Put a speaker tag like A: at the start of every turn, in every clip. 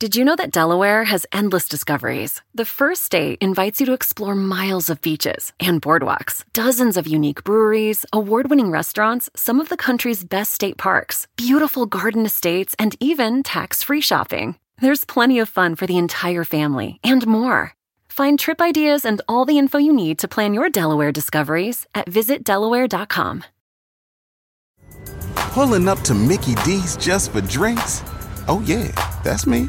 A: Did you know that Delaware has endless discoveries? The first state invites you to explore miles of beaches and boardwalks, dozens of unique breweries, award winning restaurants, some of the country's best state parks, beautiful garden estates, and even tax free shopping. There's plenty of fun for the entire family and more. Find trip ideas and all the info you need to plan your Delaware discoveries at visitdelaware.com.
B: Pulling up to Mickey D's just for drinks? Oh, yeah, that's me.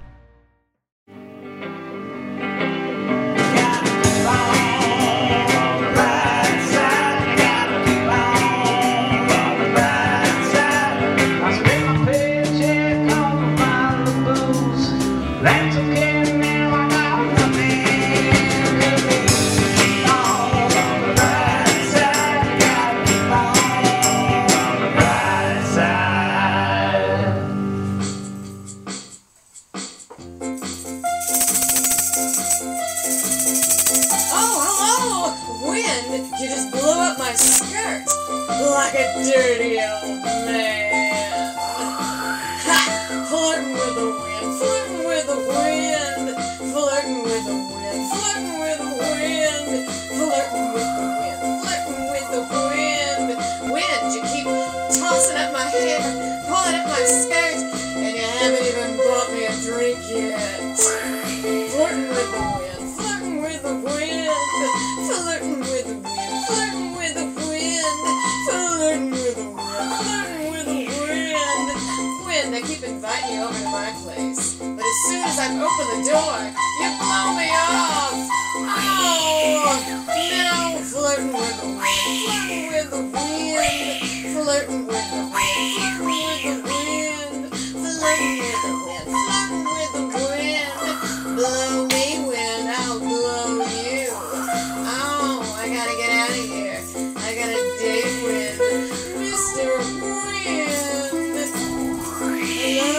C: Oh, hello! Wind, you just blew up my skirt like a dirty old man. Ha! Flirting with the wind, flirting with the wind, flirting with the wind, flirting with the wind, flirting with the wind, flirting with the wind. Wind, you keep tossing up my head, pulling up my skirt, and you haven't even bought me a drink yet. Flirting with the wind, flirting with the wind, flirting with the wind, flirting with the wind, flirting with the wind, flirting with the wind. Wind, I keep inviting you over to my place, but as soon as I open the door, you blow me off. Oh, now flirting with the wind, flirting with the wind, flirting with the wind, flirting with the wind, flirting with the wind, flirting with the wind. Blow me when I'll blow you. Oh, I gotta get out of here. I gotta date with Mr. Wind.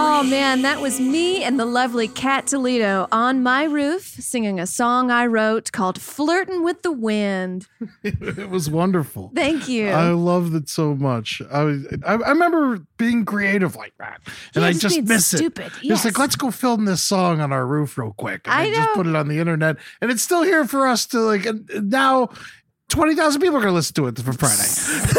D: Oh man, that was me and the lovely Cat Toledo on my roof singing a song I wrote called Flirtin' with the Wind.
E: it was wonderful.
D: Thank you.
E: I loved it so much. I was, I, I remember being creative like that, and
D: Yeah,
E: I
D: just
E: just
D: being
E: miss it.
D: stupid.
E: Just
D: Yes.
E: like let's go film this song on our roof real quick. And
D: I
E: just
D: know.
E: put it on the internet, and it's still here for us to like. And and now, twenty thousand people are gonna listen to it for Friday.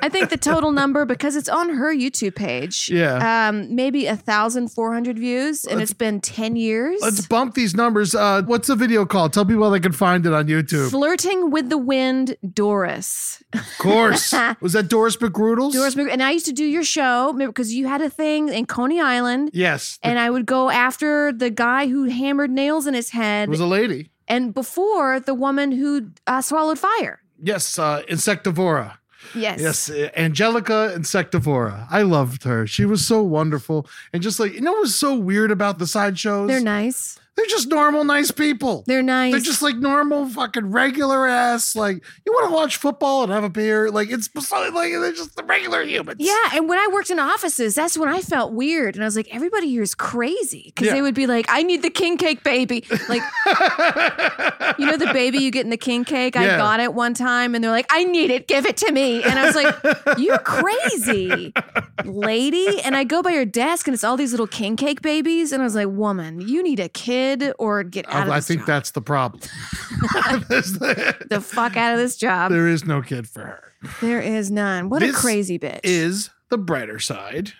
D: I think the total number, because it's on her YouTube page,
E: Yeah.
D: um, maybe a thousand four hundred views, and it's been ten years.
E: let's bump these numbers. Uh, what's the video called? Tell people how they can find it on YouTube.
D: Flirting with the Wind, Doris.
E: of course. Was that Doris McGroodles?
D: Doris, Mc- and I used to do your show because you had a thing in Coney Island.
E: Yes.
D: And I would go after the guy who hammered nails in his
E: it
D: head,
E: was a lady.
D: and before the woman who uh, swallowed fire.
E: Yes, uh, Insectivora.
D: Yes.
E: Yes, uh, Angelica Insectivora. I loved her. She was so wonderful. And just like, you know what's so weird about the sideshows?
D: They're nice.
E: They're just normal, nice people.
D: They're nice.
E: They're just like normal, fucking regular ass. Like, you want to watch football and have a beer? Like, it's it's like they're just the regular humans.
D: yeah, and when I worked in offices, that's when I felt weird, and I was like, "Everybody here is crazy," because
E: Yeah.
D: they would be like, "I need the king cake, baby!" Like, you know, the baby you get in the king cake. I
E: Yeah.
D: got it one time, and they're like, "I need it, give it to me," and I was like, "You're crazy, lady!" And I go by your desk, and it's all these little king cake babies, and I was like, "Woman, you need a kid or get out of
E: Oh, I, I
D: this
E: think
D: job.
E: that's the problem.
D: the fuck out of this job."
E: there is no kid for her.
D: there is none. What a
E: This
D: crazy bitch.
E: Is the brighter side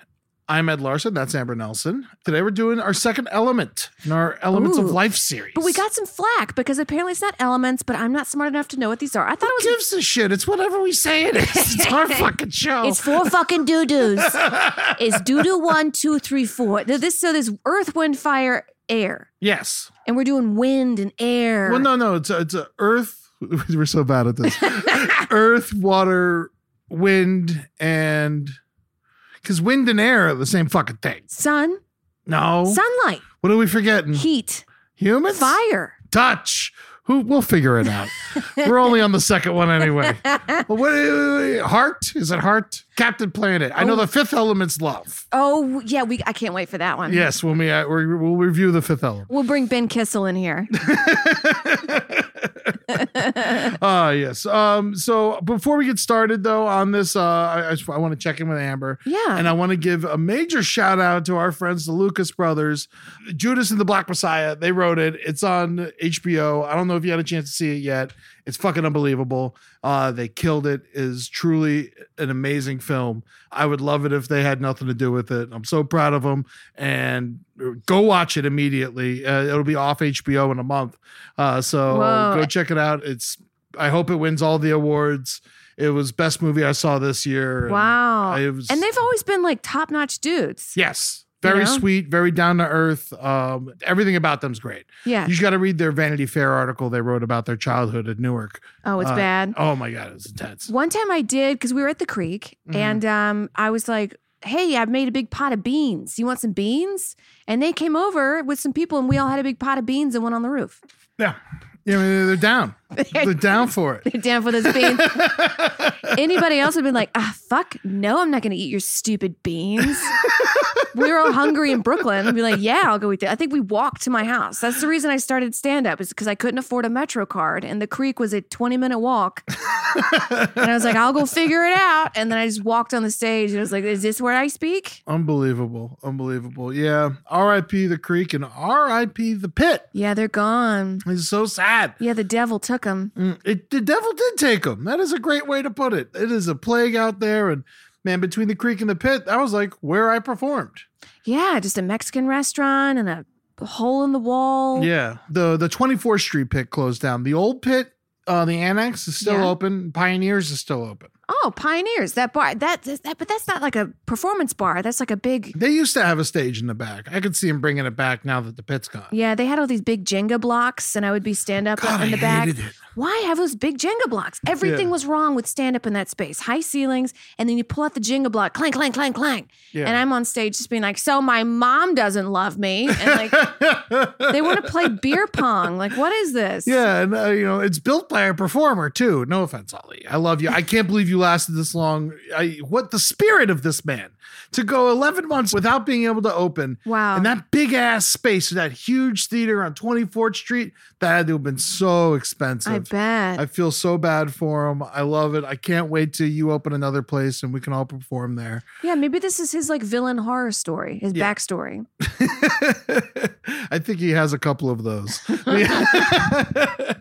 E: I'm Ed Larson. That's Amber Nelson. Today we're doing our second element in our Elements of
D: Ooh.
E: Life series.
D: But we got some flack because apparently it's not elements, but I'm not smart enough to know what these are. I thought
E: Who
D: it was.
E: gives a shit? It's whatever we say it is. It's our fucking show.
D: It's four fucking doo doos. it's doo doo one, two, three, four. Th- This so there's earth, wind, fire, air,
E: yes.
D: and we're doing wind and air.
E: Well, no, no. It's a, it's a Earth. We're so bad at this. earth, water, wind, and because wind and air are the same fucking thing.
D: Sun,
E: No.
D: sunlight,
E: what are we forgetting?
D: heat,
E: Humans.
D: fire.
E: Touch. Who? We'll figure it out. We're only on the second one anyway. But what, heart? Is it heart? Captain Planet. I know the fifth element's love.
D: Oh yeah, we. I can't wait for that one.
E: Yes, when we uh, we- we'll review the fifth element.
D: We'll bring Ben Kissel in here.
E: Ah, yes. Um, so before we get started though on this, uh, I, I, just- I want to check in with Amber.
D: Yeah.
E: And I want to give a major shout out to our friends, the Lucas brothers, Judas and the Black Messiah. They wrote it. It's on HBO. I don't know if you had a chance to see it yet. It's fucking unbelievable. Uh, they killed it. it. Is truly an amazing film. I would love it if they had nothing to do with it. I'm so proud of them. And go watch it immediately. Uh, it'll be off HBO in a month. Uh, so
D: Whoa.
E: go check it out. It's I hope it wins all the awards. It was best movie I saw this year. and
D: Wow.
E: I was-
D: and they've always been like top notch dudes.
E: yes, very
D: You know?
E: sweet, very down to earth. Um, everything about them's great.
D: Yeah.
E: You just got to read their Vanity Fair article they wrote about their childhood at Newark.
D: oh, it's
E: Uh,
D: bad.
E: Oh my god, it's intense.
D: One time I did because we were at the creek and um, I was like, hey, I've made a big pot of beans. You want some beans? And they came over with some people and we all had a big pot of beans and went on the roof.
E: Yeah, yeah, I mean, they're down. they're down for it.
D: Down for those beans. Anybody else would have been like, ah, fuck, no, I'm not going to eat your stupid beans. we were all hungry in Brooklyn. I'd be like, yeah, I'll go eat that. I think we walked to my house. That's the reason I started stand up is because I couldn't afford a Metro card and the creek was a 20 minute walk. and I was like, I'll go figure it out. And then I just walked on the stage and I was like, is this where I speak?
E: Unbelievable, unbelievable. Yeah, R.I.P. the Creek and R.I.P. the Pit.
D: Yeah, they're gone.
E: It's so sad.
D: Yeah, the devil took them.
E: Mm, It, the devil did take him. That is a great way to put it. It is a plague out there, and man, between the creek and the pit, that was like where I performed.
D: Yeah, just a Mexican restaurant and a hole in the wall.
E: Yeah, the the twenty fourth Street pit closed down. The old pit, uh, the annex is still
D: Yeah.
E: open. Pioneers is still open.
D: Oh, Pioneers, that bar. That, that, but that's not like a performance bar. That's like a big.
E: They used to have a stage in the back. I could see them bringing it back now that the pit's gone.
D: Yeah, they had all these big Jenga blocks, and I would be stand up
E: God,
D: in
E: I
D: the back.
E: hated it.
D: Why have those big Jenga blocks? Everything
E: Yeah.
D: was wrong with stand up in that space. High ceilings, and then you pull out the Jenga block, clang, clang, clang, clang.
E: Yeah.
D: And I'm on stage just being like, "So my mom doesn't love me," and like they want to play beer pong. Like, what is this?
E: Yeah, and uh, you know it's built by a performer too. No offense, Ollie. I love you. I can't believe you lasted this long. I what the spirit of this man to go 11 months without being able to open.
D: Wow.
E: And that big ass space, that huge theater on 24th Street, that had to have been so expensive.
D: I bet.
E: I feel so bad for him. I love it. I can't wait till you open another place and we can all perform there.
D: yeah, maybe this is his like villain horror story, his backstory.
E: I think he has a couple of those.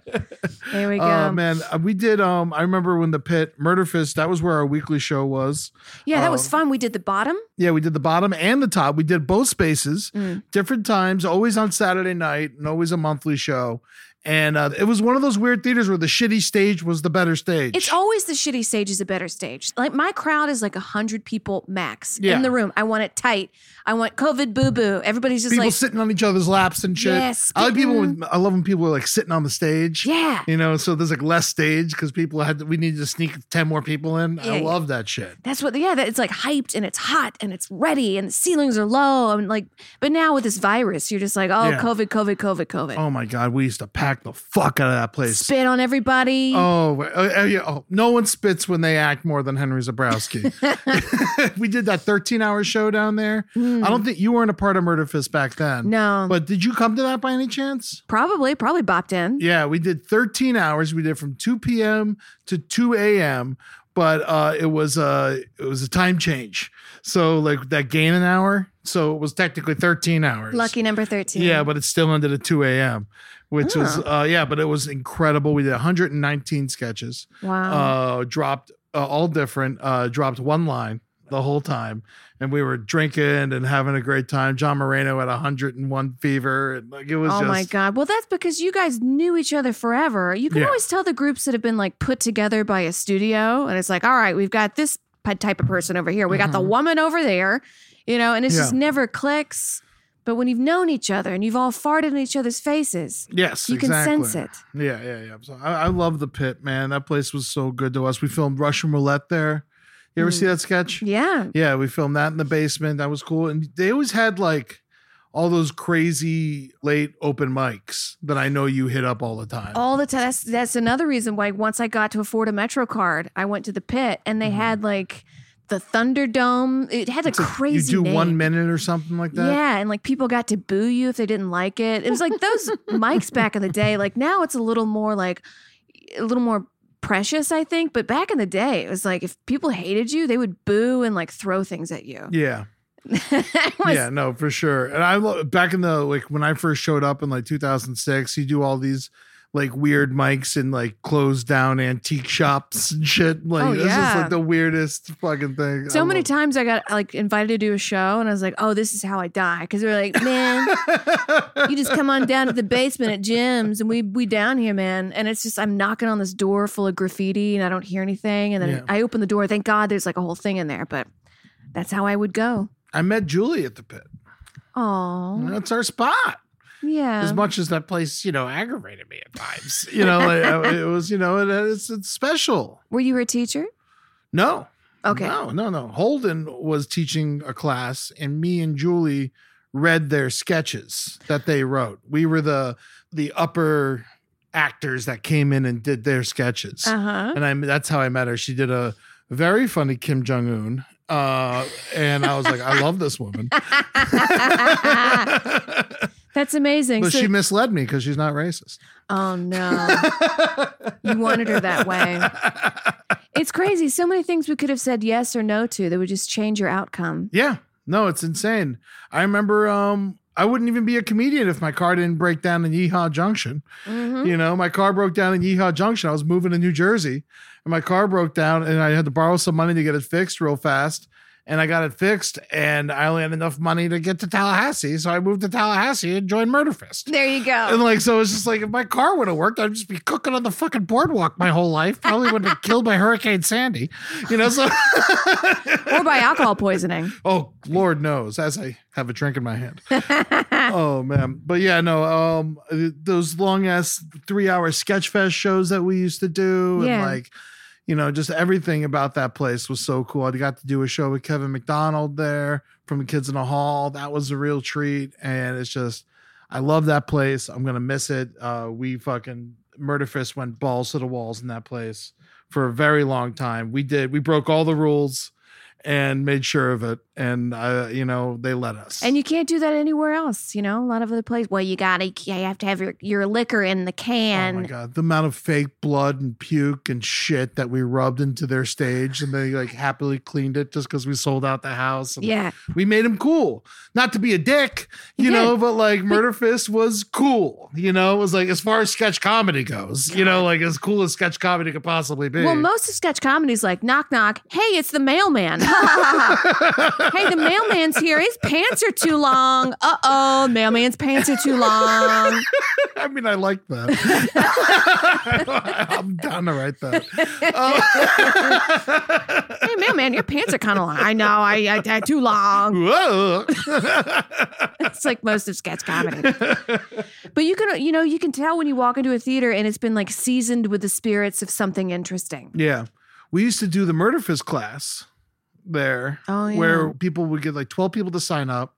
D: There we go.
E: Oh man, Uh, we did. Um, I remember when the pit murder fist. That was where our weekly show was.
D: yeah, that
E: Um,
D: was fun. We did the bottom.
E: Yeah, we did the bottom and the top. We did both spaces,
D: Mm.
E: different times, always on Saturday night, and always a monthly show. And uh, it was one of those weird theaters where the shitty stage was the better stage.
D: It's always the shitty stage is a better stage. Like my crowd is like a hundred people max
E: Yeah.
D: in the room. I want it tight. I want COVID boo boo. Everybody's just
E: people
D: like,
E: sitting on each other's laps and shit.
D: Yes, mm-hmm.
E: I like people. With, I love when people are like sitting on the stage.
D: Yeah.
E: you know. So there's like less stage because people had. we needed to sneak ten more people in. I
D: Yeah.
E: love that shit.
D: that's what. Yeah, that it's like hyped and it's hot and it's ready and the ceilings are low. I'm like, but now with this virus, you're just like, oh,
E: Yeah.
D: COVID, COVID, COVID, COVID.
E: Oh my god, we used to pack the fuck out of that place.
D: Spit on everybody.
E: Oh, uh, uh, yeah, oh, no one spits when they act more than Henry Zabrowski. we did that 13 hour show down there. I don't think you weren't a part of Murder Fist back then.
D: Hmm. No.
E: But did you come to that by any chance?
D: Probably, probably bopped in.
E: Yeah, we did 13 hours. We did from 2 p.m. to 2 a.m. But uh, it was uh, it was a time change. So like that gain an hour. So it was technically 13 hours.
D: Lucky number thirteen.
E: Yeah, but it still ended at 2 a.m., which was, uh, yeah, but it was incredible. We did 119 sketches.
D: wow.
E: Uh, dropped uh, all different, uh, dropped one line. the whole time. And we were drinking and having a great time. John Moreno had 101 fever. And like it was
D: Oh
E: just
D: my God. Well, that's because you guys knew each other forever. You can
E: Yeah.
D: always tell the groups that have been like put together by a studio, and it's like, all right, we've got this p- type of person over here, we got the woman over there, you know, and it just
E: Mm-hmm. Yeah.
D: never clicks. But when you've known each other and you've all farted in each other's faces,
E: Yes,
D: you
E: exactly.
D: can sense it.
E: Yeah, yeah, yeah. So I, I love the pit, man. That place was so good to us. We filmed Russian roulette there. You ever see that sketch?
D: Mm. Yeah.
E: Yeah, we filmed that in the basement. That was cool. And they always had like all those crazy late open mics that I know you hit up all the time.
D: All the time. That's, that's another reason why once I got to afford a Metro card, I went to the pit and they had like the Thunderdome. It had a
E: Mm-hmm. you
D: crazy
E: do
D: name.
E: one minute or something like that.
D: Yeah, and like people got to boo you if they didn't like it. It was like those mics back in the day. Like now it's a little more like a little more precious, I think. But back in the day, it was like if people hated you, they would boo and like throw things at you.
E: Yeah.
D: It was-
E: yeah, no, for sure. And I lo- back in the like when I first showed up in like 2006, you do all these like weird mics in like closed down antique shops and shit. Like
D: Oh,
E: it's just
D: yeah.
E: like the weirdest fucking thing.
D: So
E: I
D: many
E: love-
D: times I got like invited to do a show and I was like, oh, this is how I die. Cause they were like, man, you just come on down to the basement at Jim's and we we down here, man. And it's just I'm knocking on this door full of graffiti and I don't hear anything. And then
E: Yeah.
D: I open the door. Thank God there's like a whole thing in there, but that's how I would go.
E: I met Julie at the pit.
D: Oh
E: That's our spot.
D: yeah.
E: As much as that place, you know, aggravated me at times. You know, like, I- it was, you know, it, it's it's special.
D: Were you a teacher?
E: No,
D: Okay.
E: No, no, no. Holden was teaching a class, and me and Julie read their sketches that they wrote. We were the the upper actors that came in and did their sketches,
D: Uh huh.
E: and I that's how I met her. She did a very funny Kim Jong Un, uh, and I was like, I love this woman,
D: That's amazing.
E: but
D: So-
E: she misled me because she's not racist.
D: oh no. you wanted her that way. It's crazy. So many things we could have said yes or no to that would just change your outcome.
E: Yeah. No, it's insane. I remember um I wouldn't even be a comedian if my car didn't break down in Yeehaw Junction. You know, my car broke down in Yeehaw Junction. I was moving to New Jersey and my car broke down and I had to borrow some money to get it fixed real fast. And I got it fixed and I only had enough money to get to Tallahassee. So I moved to Tallahassee and joined Murderfest.
D: There you
E: And
D: go.
E: like, so it's just like, if my car would have worked, I'd just be cooking on the fucking boardwalk my whole life. Probably would have been killed by Hurricane Sandy. You know, so.
D: Or by alcohol poisoning.
E: Oh, Lord knows, as I have a drink in my hand. oh man, but yeah, no. Um, th- those long ass three hour sketch fest shows that we used to do, and
D: Yeah.
E: like, you know, just everything about that place was so cool. I got to do a show with Kevin McDonald there from the Kids in the Hall. That was a real treat, and it's just, I love that place. I'm gonna miss it. Uh, we fucking Murderfist went balls to the walls in that place for a very long time. We did. We broke all the rules and made sure of it. And uh, you know, they let us.
D: And you can't do that anywhere else, you know, a lot of other places. Well, you gotta, you have to have your, your liquor in the
E: oh
D: can.
E: my god, the amount of fake blood and puke and shit that we rubbed into their stage, and they like happily cleaned it just because we sold out the house. And
D: yeah.
E: we made him cool, not to be a dick, you
D: Yeah.
E: know, but like Murderfist was cool. You know, it was like as far as sketch comedy goes, you know, like as cool as sketch comedy could possibly be.
D: Well, most of sketch comedy's like knock knock. Hey, it's the mailman. hey, the mailman's here. His pants are too long. Uh oh, mailman's pants are too long.
E: I mean, I like that. I'm down to write that.
D: Hey, mailman, your pants are kind of long. I know. I, I, I too long.
E: Whoa.
D: It's like most of sketch comedy. But you can you know you can tell when you walk into a theater and it's been like seasoned with the spirits of something interesting.
E: Yeah. We used to do the murder fist class there
D: Oh, yeah.
E: where people would get like 12 people to sign up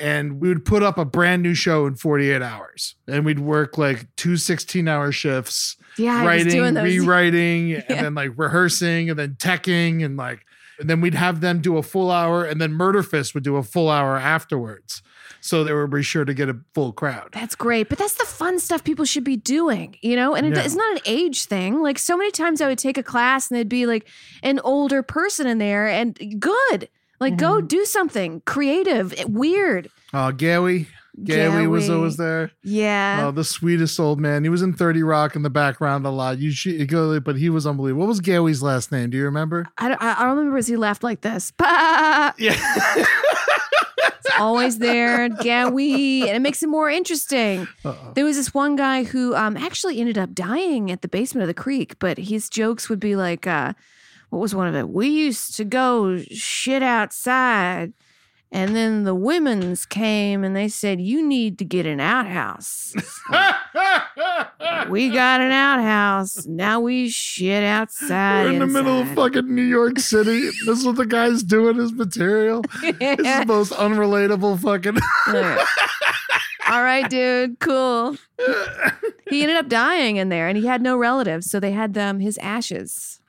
E: and we would put up a brand new show in 48 hours and we'd work like two 16 hour shifts
D: Yeah, I was
E: writing
D: doing those.
E: rewriting and then like rehearsing and then teching and like and then we'd have them do a full hour and then murder fist would do a full hour afterwards so they would be sure to get a full crowd
D: That's great, but that's the fun stuff people should be doing, you know? And it,
E: Yeah.
D: it's not an age thing. Like, so many times I would take a class and there'd be like an older person in there and good. Like, go do something creative, weird.
E: uh, Gowie, Gary was
D: Gowie.
E: always there.
D: Yeah.
E: Oh, the sweetest old man. He was in 30 Rock in the background a lot. You should go, but he was unbelievable. What was Gowie's last name? Do you remember?
D: I, don't, I I don't remember as he laughed like this. Bah!
E: Yeah.
D: It's always there. Gowie. And it makes it more interesting.
E: Uh-oh.
D: There was this one guy who um, actually ended up dying at the basement of the creek, but his jokes would be like, uh, what was one of it? We used to go shit outside. And then the women's came and they said, You need to get an outhouse. we got an outhouse. Now we shit outside.
E: We're in the middle of
D: inside."
E: fucking New York City. this is what the guy's doing his material. This is the most unrelatable fucking.
D: Like, All right, dude. Cool. He ended up dying in there, and he had no relatives, so they had um, his ashes.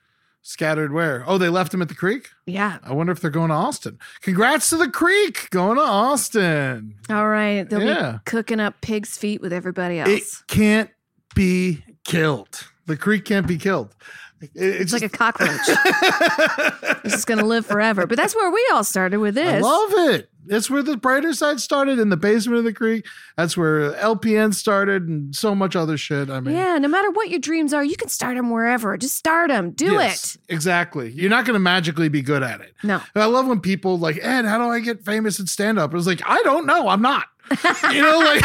E: Scattered where? Oh, they left him at the creek?
D: Yeah.
E: I wonder if they're going to Austin. Congrats to the creek going to Austin.
D: All right. They'll
E: Yeah.
D: be cooking up pig's feet with everybody else.
E: It can't be killed. The creek can't be killed. It-
D: it's
E: it's
D: like
E: just,
D: a cockroach. this is gonna live forever. But that's where we all started with
E: I
D: this.
E: love it. That's where the brighter side started in the basement of the creek. That's where LPN started and so much other shit. I mean,
D: yeah. No matter what your dreams are, you can start them wherever. Just start them. Do
E: Yes, Exactly. You're not going to magically be good at it.
D: it. No.
E: I love when people like, Ed, how do I get famous in stand up? It was like, I don't know. I'm not. You know, like,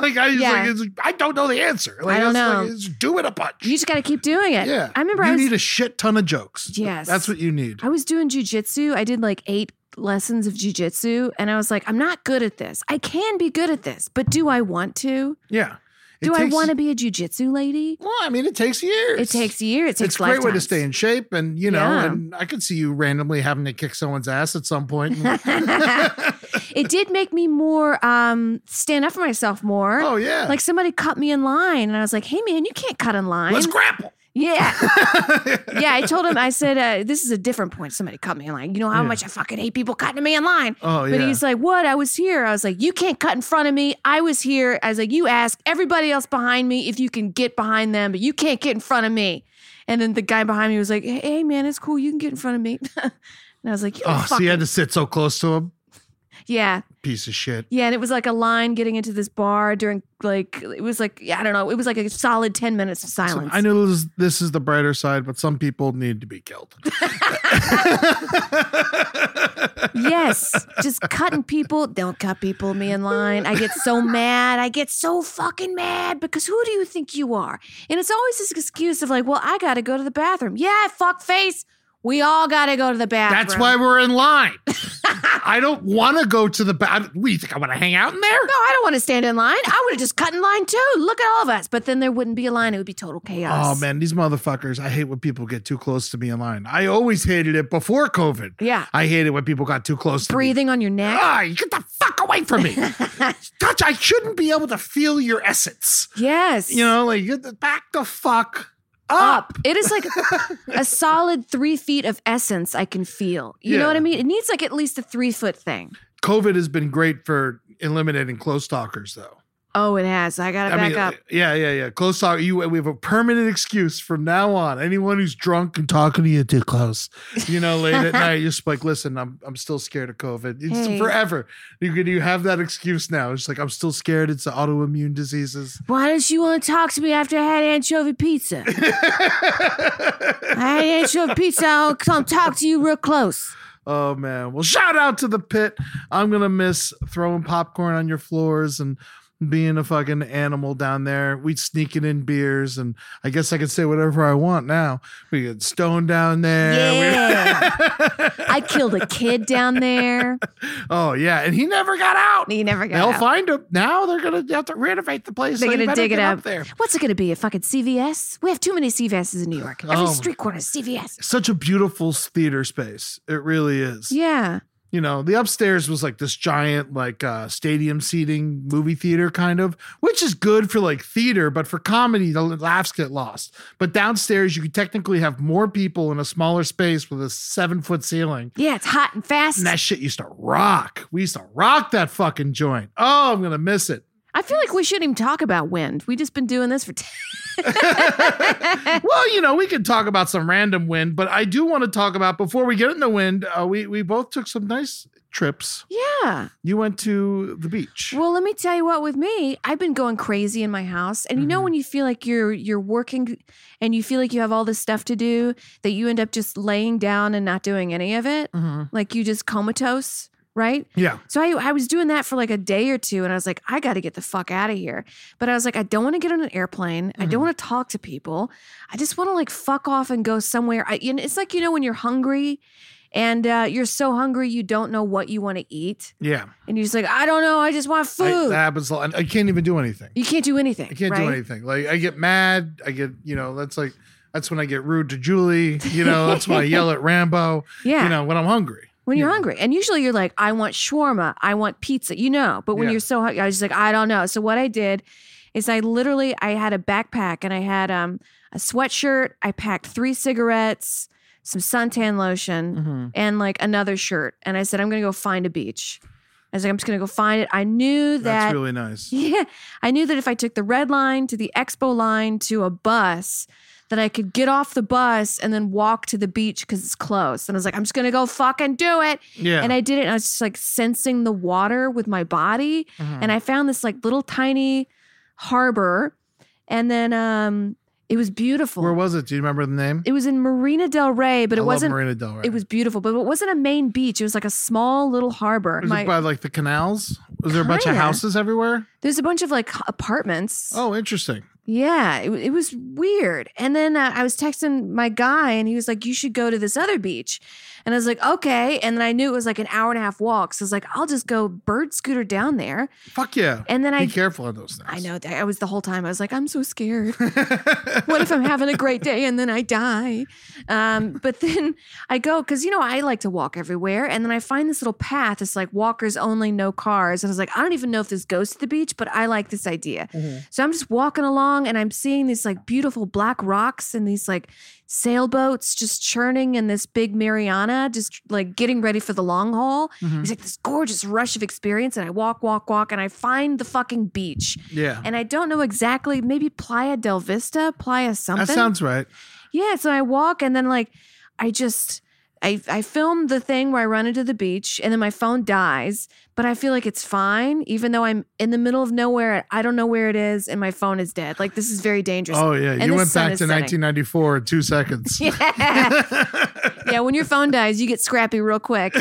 E: like I just
D: Yeah.
E: like, it's, I don't know the answer. Like,
D: I don't
E: it's
D: know.
E: Like, just do it a bunch.
D: You just gotta keep doing it.
E: yeah.
D: I remember
E: you
D: I was
E: need a shit ton of jokes.
D: Yes.
E: That's what you need.
D: I was doing jujitsu. I did like eight lessons of jujitsu, and I was like, I'm not good at this. I can be good at this, but do I want to?
E: Yeah. It
D: do I
E: takes-
D: want to be a jujitsu lady?
E: Well, I mean, it takes years.
D: It takes years. It takes
E: it's a great way to
D: lifetimes.
E: stay in shape, and you know,
D: Yeah.
E: and I could see you randomly having to kick someone's ass at some point.
D: It did make me more um stand up for myself more.
E: oh yeah,
D: Like somebody cut me in line, and I was like, "Hey man, you can't cut in line."
E: let's grapple. Oh,
D: yeah, yeah. I told him, I said, uh, "This is a different point. Somebody cut me in line. You know how much I fucking hate people cutting me in line."
E: Oh yeah,
D: But he's like, "What? I was here." I was like, "You can't cut in front of me. I was here." I was like, "You ask everybody else behind me if you can get behind them, but you can't get in front of me." And then the guy behind me was like, "Hey, hey, man, it's cool. You can get in front of me." and I was like, "You
E: oh, so
D: fucking
E: you had to sit so close to him.
D: yeah,
E: Piece of shit.
D: yeah." And it was like a line getting into this bar during like it was like yeah, I don't know. It was like a solid ten minutes of
E: So
D: silence.
E: I know this, this is the brighter side, but some people need to be killed.
D: Yes, just cutting people. Don't cut people, me in line. I get so mad. I get so fucking mad because who do you think you are? And it's always this excuse of like, well, I got to go to the bathroom. Yeah, fuck face. We all got to go to the bathroom.
E: That's why we're in line. I don't want to go to the bathroom. What, you think I want to hang out in there?
D: No, I don't want to stand in line. I would have just cut in line too. Look at all of us. But then there wouldn't be a line. It would be total
E: Oh
D: chaos.
E: man, these motherfuckers! I hate when people get too close to me in line. I always hated it before COVID.
D: Yeah.
E: I hated when people got too close to me.
D: Breathing on your neck.
E: Ah, you get the fuck away from me! Touch. I shouldn't be able to feel your essence.
D: Yes.
E: You know, ah. like get the- back the fuck up.
D: up. It is like a solid three feet of essence I can feel. You
E: Yeah.
D: know what I mean? It needs like at least a three foot thing.
E: COVID has been great for eliminating close talkers, though.
D: Oh, it has. I gotta
E: I
D: back
E: mean, uh,
D: up.
E: yeah, yeah, yeah. Close talk. You, we have a permanent excuse from now on. Anyone who's drunk and talking to you too close, you know, late at night, you're just like, listen, I'm, I'm still scared of COVID. It's
D: Hey.
E: forever. You can, you have that excuse now. It's like I'm still scared. It's autoimmune diseases.
D: Why don't you want to talk to me after I had anchovy pizza? I had anchovy pizza. I'll come talk to you real close.
E: Oh man. Well, shout out to the pit. I'm gonna miss throwing popcorn on your floors and being a fucking animal down there. We'd sneak it in beers and I guess I could say whatever I want now. We get stone down there. We-
D: Yeah. I killed a kid down there.
E: oh yeah. And he never got out.
D: He never got
E: They'll
D: out.
E: find him. Now they're gonna have to renovate the place.
D: They're
E: so you
D: gonna
E: better
D: dig it
E: get
D: up.
E: there.
D: What's it gonna be? A fucking CVS? We have too many CVS's in New York. Every
E: Oh.
D: street corner is CVS.
E: Such a beautiful theater space. It really is.
D: Yeah.
E: you know the upstairs was like this giant like uh stadium seating movie theater kind of which is good for like theater but for comedy the laughs get lost but downstairs you could technically have more people in a smaller space with a seven foot ceiling
D: Yeah, it's hot and fast.
E: and that shit used to rock we used to rock that fucking joint oh i'm gonna miss it
D: I feel like we shouldn't even talk about wind. We've just been doing this for 10
E: well you know we could talk about some random wind but i do want to talk about before we get in the wind uh, we we both took some nice trips
D: Yeah.
E: You went to the beach.
D: Well, let me tell you what. With me, I've been going crazy in my house, and you know when you feel like you're you're working, and you feel like you have all this stuff to do, that you end up just laying down and not doing any of it, like you just comatose, right?
E: Mm-hmm. yeah.
D: So I, I was doing that for like a day or two, and I was like, I got to get the fuck out of here. But I was like, I don't want to get on an airplane. I don't want to talk to people. I just want to like fuck off and go somewhere. I, you know, it's like you know when you're hungry, and uh, you're so hungry you don't know what you want to eat,
E: Yeah.
D: and you're just like, I don't know. I just want
E: I-
D: food.
E: that happens a lot. And I can't even do anything.
D: you can't do anything.
E: I can't
D: right?
E: do anything. Like I get mad. I get, you know, that's like that's when I get rude to Julie. You know, that's when I yell at Rambo.
D: Yeah.
E: You know, when I'm hungry.
D: When you're
E: Yeah.
D: hungry, and usually you're like, I want shawarma, I want pizza, you know. But when
E: Yeah.
D: you're so hungry, I was just like, I don't know. So what I did is I literally I had a backpack and I had um a sweatshirt. I packed three cigarettes, some suntan lotion,
E: Mm-hmm.
D: and like another shirt. And I said, I'm gonna go find a beach. I was like, I'm just gonna go find it. I knew that
E: That's really nice.
D: yeah, I knew that if I took the red line to the expo line to a bus, that I could get off the bus and then walk to the beach because it's close. And I was like, I'm just gonna go fucking do it.
E: Yeah.
D: And I did it. And I was just like sensing the water with my body,
E: Mm-hmm.
D: and I found this like little tiny harbor, and then um, it was beautiful.
E: Where was it? Do you remember the name?
D: it was in Marina Del Rey, but
E: I
D: it
E: love
D: wasn't.
E: Marina Del Rey.
D: It was beautiful, but it wasn't a main beach. It was like a small little harbor.
E: Was
D: My-
E: it by like the canals? Was there a bunch of
D: Kinda.
E: houses everywhere?
D: there's a bunch of like apartments.
E: Oh, interesting.
D: Yeah, it, wa- it was weird. And then uh, I was texting my guy, and he was like, "You should go to this other beach," and I was like, "Okay." And then I knew it was like an hour and a half walk, so I was like, "I'll just go bird scooter down there."
E: Fuck yeah.
D: And then
E: Be
D: I,
E: careful of those things.
D: I know that I was the whole time. I was like, "I'm so scared. what if I'm having a great day and then I die?" Um, but then I go because you know I like to walk everywhere, and then I find this little path. It's like walkers only, no cars. And I was like, I don't even know if this goes to the beach, but I like this idea. So I'm just walking along and I'm seeing these like beautiful black rocks and these like sailboats just churning and this big Mariana just like getting ready for the long haul. It's like this gorgeous rush of experience. And I walk, walk, walk, and I find the fucking beach.
E: Yeah.
D: And I don't know exactly, maybe Playa del Vista, Playa something.
E: That sounds right.
D: Yeah, so I walk and then like I just I I filmed the thing where I run into the beach and then my phone dies, but I feel like it's fine even though I'm in the middle of nowhere. I don't know where it is and my phone is dead. Like this is very dangerous.
E: Oh yeah.
D: And
E: you
D: the
E: went
D: sun
E: back to
D: is setting.
E: 1994 in two seconds.
D: Yeah. yeah, when your phone dies, you get scrappy real quick.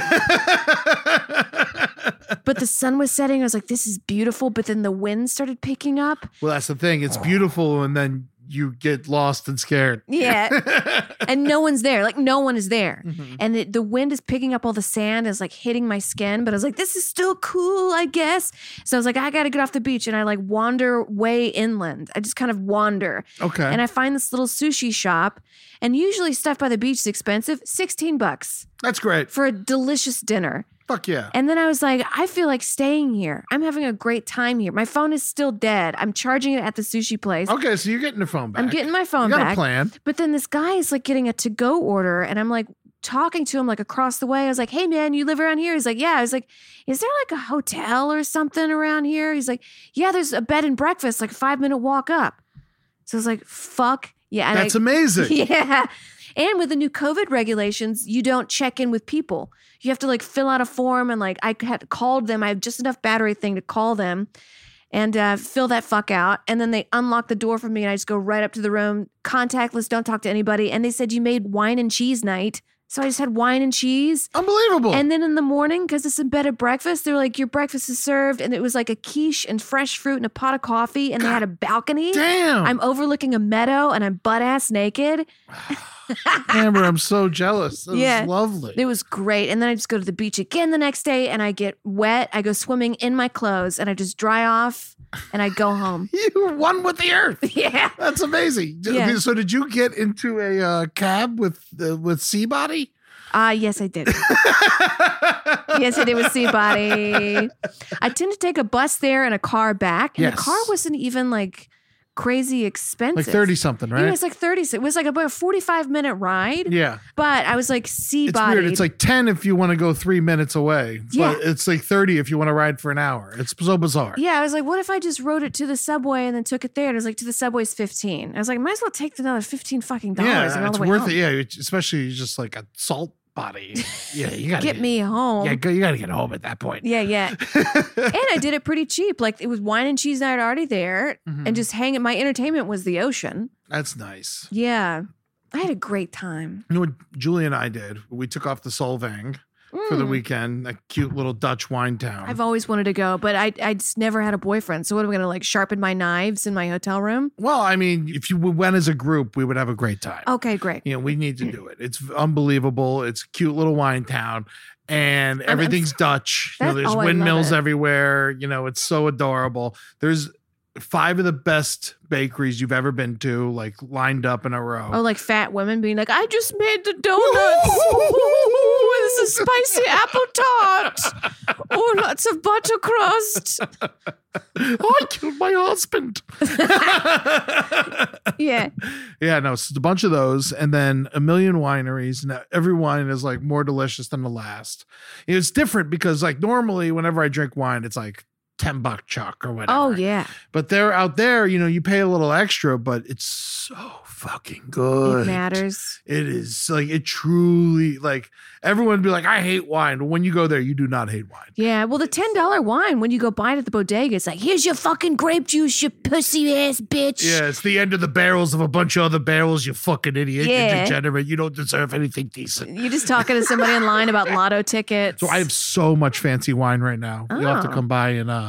D: But the sun was setting. I was like, this is beautiful. But then the wind started picking up.
E: well, that's the thing. It's beautiful, and then you get lost and scared.
D: Yeah. and no one's there. Like no one is there. And the, the wind is picking up all the sand and it's like hitting my skin. But I was like, this is still cool, I guess. So I was like, I got to get off the beach. And I like wander way inland. I just kind of wander.
E: Okay.
D: And I find this little sushi shop. And usually stuff by the beach is expensive 16 bucks
E: That's great.
D: for a delicious dinner.
E: Fuck yeah.
D: And then I was like, I feel like staying here. I'm having a great time here. My phone is still dead. I'm charging it at the sushi place.
E: Okay, so you're getting your phone back.
D: I'm getting my phone
E: You got
D: back.
E: a plan.
D: But then this guy is like getting a to go order, and I'm like talking to him like across the way. I was like, "Hey man, you live around here?" He's like, "Yeah." I was like, "Is there like a hotel or something around here?" He's like, "Yeah, there's a bed and breakfast, like a five minute walk up." So I was like, "Fuck yeah!" And
E: That's
D: I,
E: amazing.
D: Yeah. And with the new COVID regulations, you don't check in with people. You have to like fill out a form and like I had called them. I have just enough battery thing to call them and uh, fill that fuck out. And then they unlock the door for me and I just go right up to the room, contactless, don't talk to anybody. And they said you made wine and cheese night. So I just had wine and cheese.
E: Unbelievable.
D: And then in the morning, because it's a bed at breakfast, they're like, your breakfast is served. And it was like a quiche and fresh fruit and a pot of coffee. And they had a balcony.
E: Damn.
D: I'm overlooking a meadow and I'm butt ass naked.
E: Amber, I'm so jealous. That
D: Yeah.
E: was lovely.
D: It was great. And then I just go to the beach again the next day and I get wet. I go swimming in my clothes and I just dry off and I go home.
E: you were one with the earth.
D: yeah.
E: That's amazing. D-
D: Yeah.
E: So did you get into a uh, cab with uh, with Seabody?
D: Ah, yes, I did. yes, I did with Seabody. I tend to take a bus there and a car back. And
E: Yes.
D: the car wasn't even like crazy
E: Like
D: expensive.
E: 30 something, right?
D: Yeah, it's like 30. It was like about a 45 minute ride.
E: yeah.
D: But I was like Seabody.
E: It's weird. It's like 10 if you want to go three minutes away. It's
D: Yeah.
E: like- it's like 30 if you want to ride for an hour. It's so bizarre.
D: Yeah, I was like, what if I just rode it to the subway and then took it there? And it was like, to the subway's 15. I was like, might as well take another 15 fucking dollars and all
E: it's
D: the way
E: worth
D: home.
E: it. Yeah, it- especially just like a salt body. Yeah, you gotta
D: Get me home.
E: Yeah, go- you gotta get home at that point.
D: Yeah, yeah. and I did it pretty cheap. Like it was wine and cheese night already there
E: Mm-hmm.
D: and just hanging. My entertainment was the ocean.
E: That's nice.
D: Yeah. I had a great time.
E: You know what Julie and I did? We took off the Solvang for the weekend, that cute little Dutch wine town.
D: Mm. Hmm. I've always wanted to go, but I I just never had a boyfriend. So what am I gonna like sharpen my knives in my hotel room?
E: well, I mean, if you went as a group, we would have a great time.
D: Okay, great.
E: You know, we need
D: Mm.
E: to do it. It's unbelievable. It's a cute little wine town, and everything's Dutch. You know,
D: That-
E: there's
D: oh, I love
E: windmills
D: it.
E: everywhere. You know, it's so adorable. There's five of the best bakeries you've ever been to, like lined up in a row.
D: Oh, like fat women being like, I just made the donuts. Ooh, this is spicy apple tart. Oh, lots of butter crust.
E: I killed my husband.
D: Yeah.
E: Yeah, no, it's a bunch of those, and then a million wineries, and every wine is like more delicious than the last. It's different because like normally, whenever I drink wine, it's like ten buck chuck or whatever.
D: Oh yeah.
E: But they're out there, you know, you pay a little extra, but it's so fucking good.
D: It matters.
E: It is like it truly like everyone would be like, I hate wine. But when you go there, you do not hate wine.
D: Yeah, well, the ten dollar wine when you go buy it at the bodega, it's like, here's your fucking grape juice, you pussy ass bitch.
E: Yeah, it's the end of the barrels of a bunch of other barrels, you fucking idiot, you
D: Yeah.
E: degenerate. You don't deserve anything decent.
D: You're just talking to somebody in line about lotto tickets.
E: So I have so much fancy wine right now. You'll have to
D: Oh.
E: come by and uh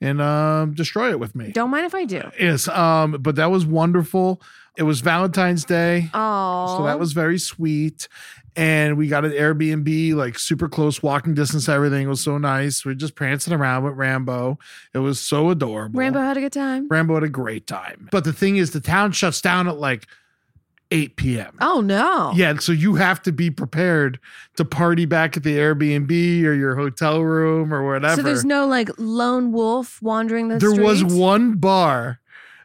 E: and um destroy it with me.
D: Don't mind if I do.
E: Yes. Um, but that was wonderful. It was Valentine's Day.
D: Oh,
E: So that was very sweet. And we got an Airbnb, like super close walking distance, everything was so nice. We are just prancing around with Rambo. It was so adorable.
D: Rambo had a good time.
E: Rambo had a great time. But the thing is, the town shuts down at like 8 p.m.
D: Oh no.
E: Yeah, so you have to be prepared to party back at the Airbnb or your hotel room or whatever.
D: So there's no like lone wolf wandering the
E: there was
D: streets?
E: one bar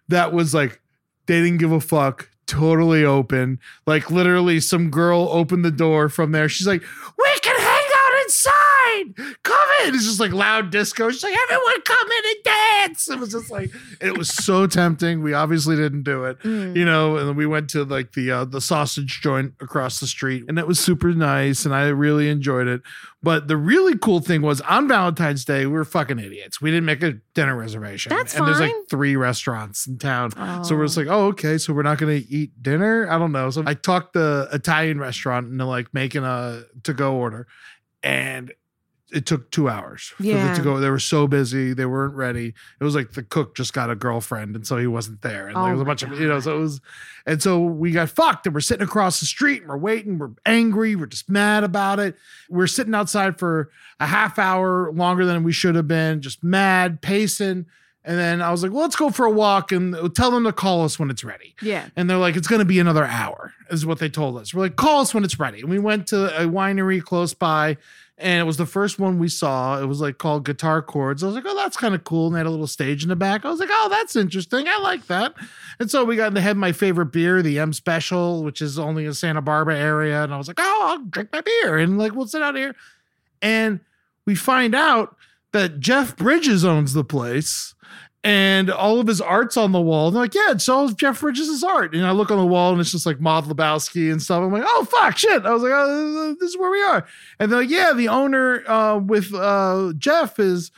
E: that was like they didn't give a fuck, totally open. Like literally, some girl opened the door from there. She's like, "We can hang out inside. Come in." It's just like loud disco. She's like, "Everyone, come in and dance." It was just like it was so tempting. We obviously didn't do it
D: Mm.
E: you know and then we went to like the uh, the sausage joint across the street and it was super nice and i really enjoyed it but the really cool thing was on valentine's day we were fucking idiots we didn't make a dinner reservation
D: That's
E: and there's like
D: fine.
E: three restaurants in town so
D: Oh.
E: we're just like oh okay so we're not gonna eat dinner i don't know so i talked the italian restaurant into like making a to go order and it took two hours for them
D: Yeah.
E: to go. They were so busy. They weren't ready. It was like the cook just got a girlfriend and so he wasn't there. And
D: Oh
E: there was a
D: my
E: bunch of, you know, so it was, and so we got fucked and we're sitting across the street and we're waiting. We're angry. We're just mad about it. We're sitting outside for a half hour longer than we should have been, just mad, pacing. And then I was like, well, let's go for a walk and tell them to call us when it's ready.
D: Yeah.
E: And they're like, it's going to be another hour, is what they told us. We're like, call us when it's ready. And we went to a winery close by, and it was the first one we saw. It was like called Guitar Chords. I was like, oh, that's kind of cool. And they had a little stage in the back. I was like, oh, that's interesting. I like that. And so we got they had my favorite beer, the M Special, which is only in Santa Barbara area. And I was like, oh, I'll drink my beer. And like, we'll sit out here. And we find out that Jeff Bridges owns the place and all of his art's on the wall. And they're like, yeah, it's all Jeff Bridges' art. And I look on the wall and it's just like Maud Lebowski and stuff. I'm like, oh, fuck, shit. I was like, oh, this is where we are. And they're like, yeah, the owner uh, with uh, Jeff is,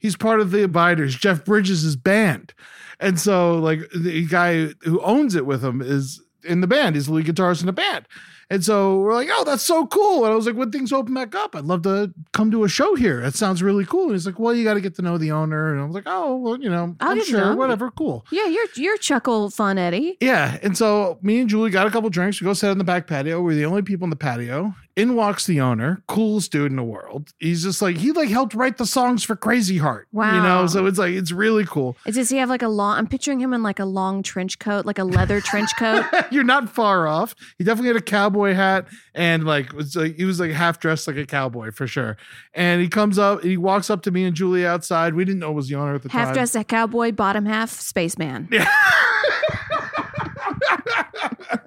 E: he's part of the Abiders, Jeff Bridges' band. And so, like, the guy who owns it with him is in the band, he's the lead guitarist in the band. And so we're like, oh, that's so cool. And I was like, when things open back up, I'd love to come to a show here. That sounds really cool. And he's like, well, you got to get to know the owner. And I was like, oh, well, you know,
D: I'll
E: I'm
D: get to
E: sure,
D: know him.
E: whatever, cool.
D: Yeah, you're you're chuckle fun, Eddie.
E: Yeah. And so me and Julie got a couple drinks. We go sit on the back patio. We're the only people in the patio. In walks the owner, coolest dude in the world. He's just like, he like helped write the songs for Crazy Heart. You know,
D: Wow.
E: so it's like, it's really cool.
D: Does he have like a long? I'm picturing him in like a long trench coat, like a leather trench coat.
E: You're not far off. He definitely had a cowboy hat and like was like he was like half dressed like a cowboy for sure. And he comes up, he walks up to me and Julie outside. We didn't know it was the owner at the
D: half
E: time.
D: dressed a cowboy, bottom half spaceman.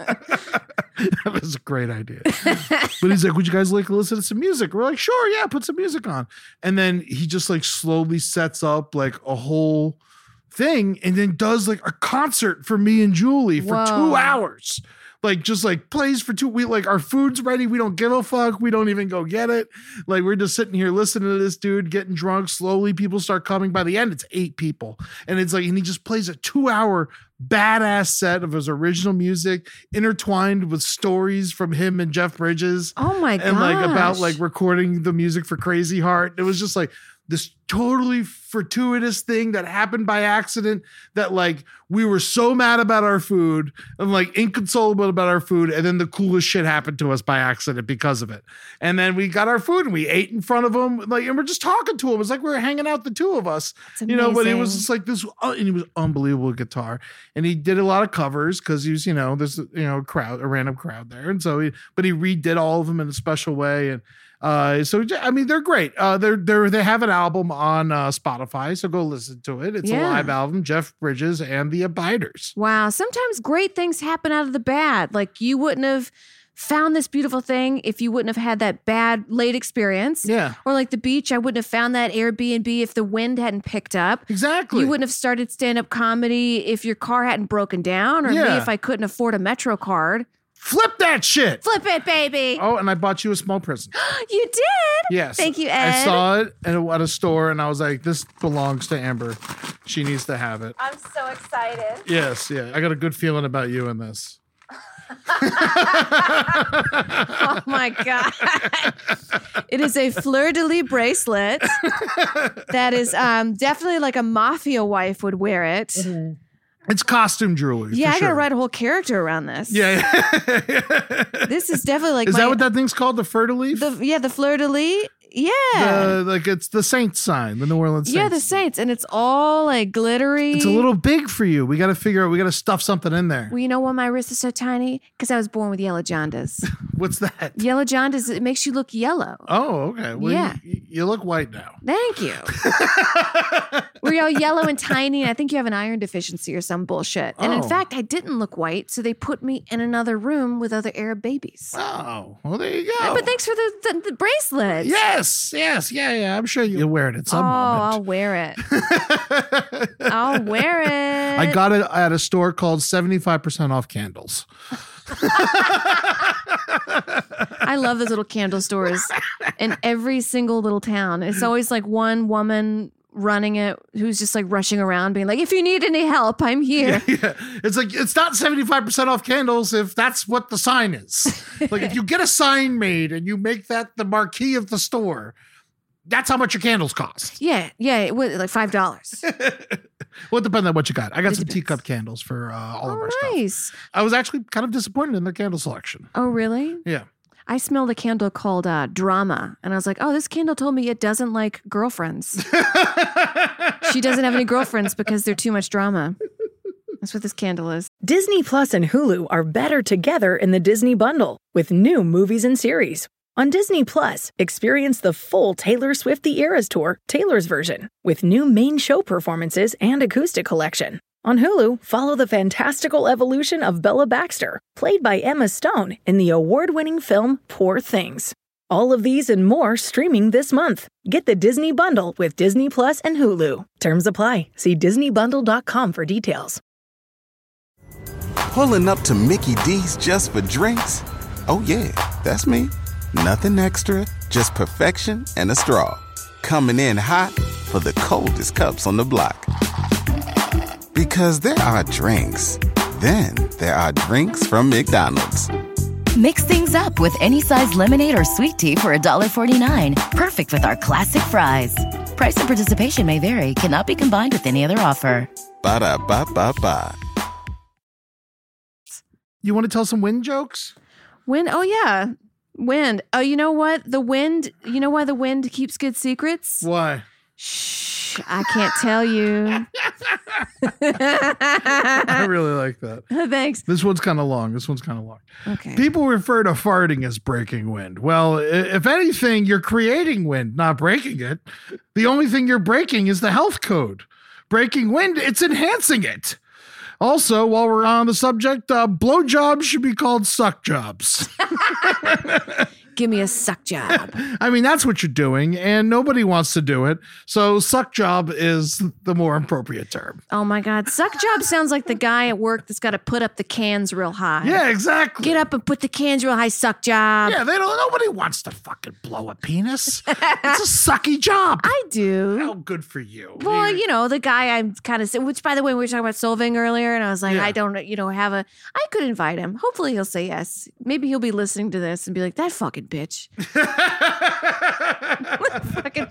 E: that was a great idea. but he's like, Would you guys like to listen to some music? We're like, Sure, yeah, put some music on. And then he just like slowly sets up like a whole thing and then does like a concert for me and Julie for
D: Whoa.
E: two hours. like just like plays for two we like our food's ready we don't give a fuck we don't even go get it like we're just sitting here listening to this dude getting drunk slowly people start coming by the end it's eight people and it's like and he just plays a two hour badass set of his original music intertwined with stories from him and jeff bridges
D: Oh my god.
E: and like about like recording the music for Crazy Heart. It was just like this totally fortuitous thing that happened by accident that like we were so mad about our food and like inconsolable about our food and then the coolest shit happened to us by accident because of it and then we got our food and we ate in front of him like and we're just talking to him it's like we were hanging out the two of us
D: That's
E: you know but it was
D: amazing.
E: just like this uh, and he was unbelievable guitar and he did a lot of covers because he was you know there's you know a crowd a random crowd there and so he but he redid all of them in a special way and uh so j- i mean they're great uh they're they're they have an album on uh spotify so go listen to it it's a
D: Yeah.
E: live album jeff bridges and the abiders
D: Wow. Sometimes great things happen out of the bad. Like you wouldn't have found this beautiful thing if you wouldn't have had that bad late experience.
E: Yeah.
D: Or like the beach, I wouldn't have found that Airbnb if the wind hadn't picked up.
E: exactly
D: You wouldn't have started stand up comedy if your car hadn't broken down, or me
E: Yeah.
D: if I couldn't afford a Metro card.
E: flip that shit
D: Flip it, baby.
E: oh and i bought you a small present
D: You did.
E: Yes.
D: Thank you,
E: I
D: Ed.
E: saw it at a, at a store and I was like, this belongs to Amber. She needs to have it.
D: I'm so excited.
E: Yes. Yeah. I got a good feeling about you in this.
D: Oh my God. it is a fleur de lis bracelet that is um, definitely like a mafia wife would wear it.
E: It's costume jewelry.
D: Yeah,
E: for
D: I gotta
E: sure.
D: write a whole character around this.
E: Yeah.
D: This is definitely like
E: Is
D: my,
E: that what that thing's called? The fleur de lis?
D: the yeah, the fleur de lis. Yeah.
E: like it's the Saints sign, the New Orleans Saints.
D: yeah, the Saints. And it's all like glittery.
E: It's a little big for you. We got to figure out, we got to stuff something in there.
D: well, you know why my wrist is so tiny? Because I was born with yellow jaundice.
E: What's that?
D: yellow jaundice, it makes you look yellow.
E: Oh, okay. Well,
D: Yeah.
E: You, you look white now.
D: Thank you. We're all yellow and tiny. And I think you have an iron deficiency or some bullshit. And in
E: Oh.
D: fact, I didn't look white, so they put me in another room with other Arab babies. Uh,
E: Oh, well, there you go.
D: But thanks for the, the, the bracelet.
E: Yes, yes, yeah, yeah. I'm sure you'll wear it at
D: Oh,
E: some
D: I'll
E: moment.
D: wear it. I'll wear it.
E: I got it at a store called 75% off candles.
D: I love those little candle stores in every single little town. It's always like one woman running it who's just like rushing around being like, if you need any help, I'm here.
E: Yeah. It's like it's not 75% off candles if that's what the sign is. like if you get a sign made and you make that the marquee of the store, that's how much your candles cost.
D: Yeah, yeah, it was like five dollars.
E: Well, it depends on what you got. I got some teacup candles for uh, all of
D: Oh,
E: our stuff.
D: nice.
E: I was actually kind of disappointed in the candle selection.
D: Oh, really?
E: Yeah.
D: I smelled a candle called uh, Drama, and I was like, "Oh, this candle told me it doesn't like girlfriends. she doesn't have any girlfriends because they're too much drama." That's what this candle is.
F: Disney Plus and Hulu are better together in the Disney bundle with new movies and series. On Disney Plus, experience the full Taylor Swift The Eras Tour, Taylor's version, with new main show performances and acoustic collection. On Hulu, follow the fantastical evolution of Bella Baxter, played by Emma Stone in the award winning film Poor Things. All of these and more streaming this month. Get the Disney Bundle with Disney Plus and Hulu. Terms apply. See DisneyBundle.com for details.
B: Pulling up to Mickey D's just for drinks? Oh, yeah, that's me. Nothing extra, just perfection and a straw. Coming in hot for the coldest cups on the block. Because there are drinks, then there are drinks from McDonald's.
G: Mix things up with any size lemonade or sweet tea for $1.49. Perfect with our classic fries. Price and participation may vary, cannot be combined with any other offer.
B: Ba da ba ba ba.
E: You want to tell some wind jokes?
D: Wind. Oh yeah, wind. Oh, you know what? The wind. You know why the wind keeps good secrets?
E: Why?
D: Shh, I can't tell you.
E: I really like that.
D: Thanks.
E: This one's kind of long. This one's kind of long.
D: Okay.
E: People refer to farting as breaking wind. Well, i- if anything, you're creating wind, not breaking it. The only thing you're breaking is the health code. Breaking wind, it's enhancing it. Also, while we're on the subject, uh, blowjobs should be called suck jobs.
D: give me a suck job.
E: I mean, that's what you're doing, and nobody wants to do it. So, suck job is the more appropriate term.
D: Oh my God. Suck job sounds like the guy at work that's got to put up the cans real high.
E: Yeah, exactly.
D: Get up and put the cans real high, suck job.
E: Yeah, they don't. Nobody wants to fucking blow a penis. it's a sucky job.
D: I do.
E: How good for you.
D: Well, you know, the guy I'm kind of, which by the way, we were talking about Solving earlier, and I was like,
E: Yeah.
D: I don't, you know, have a, I could invite him. Hopefully he'll say yes. Maybe he'll be listening to this and be like, that fucking bitch. fucking,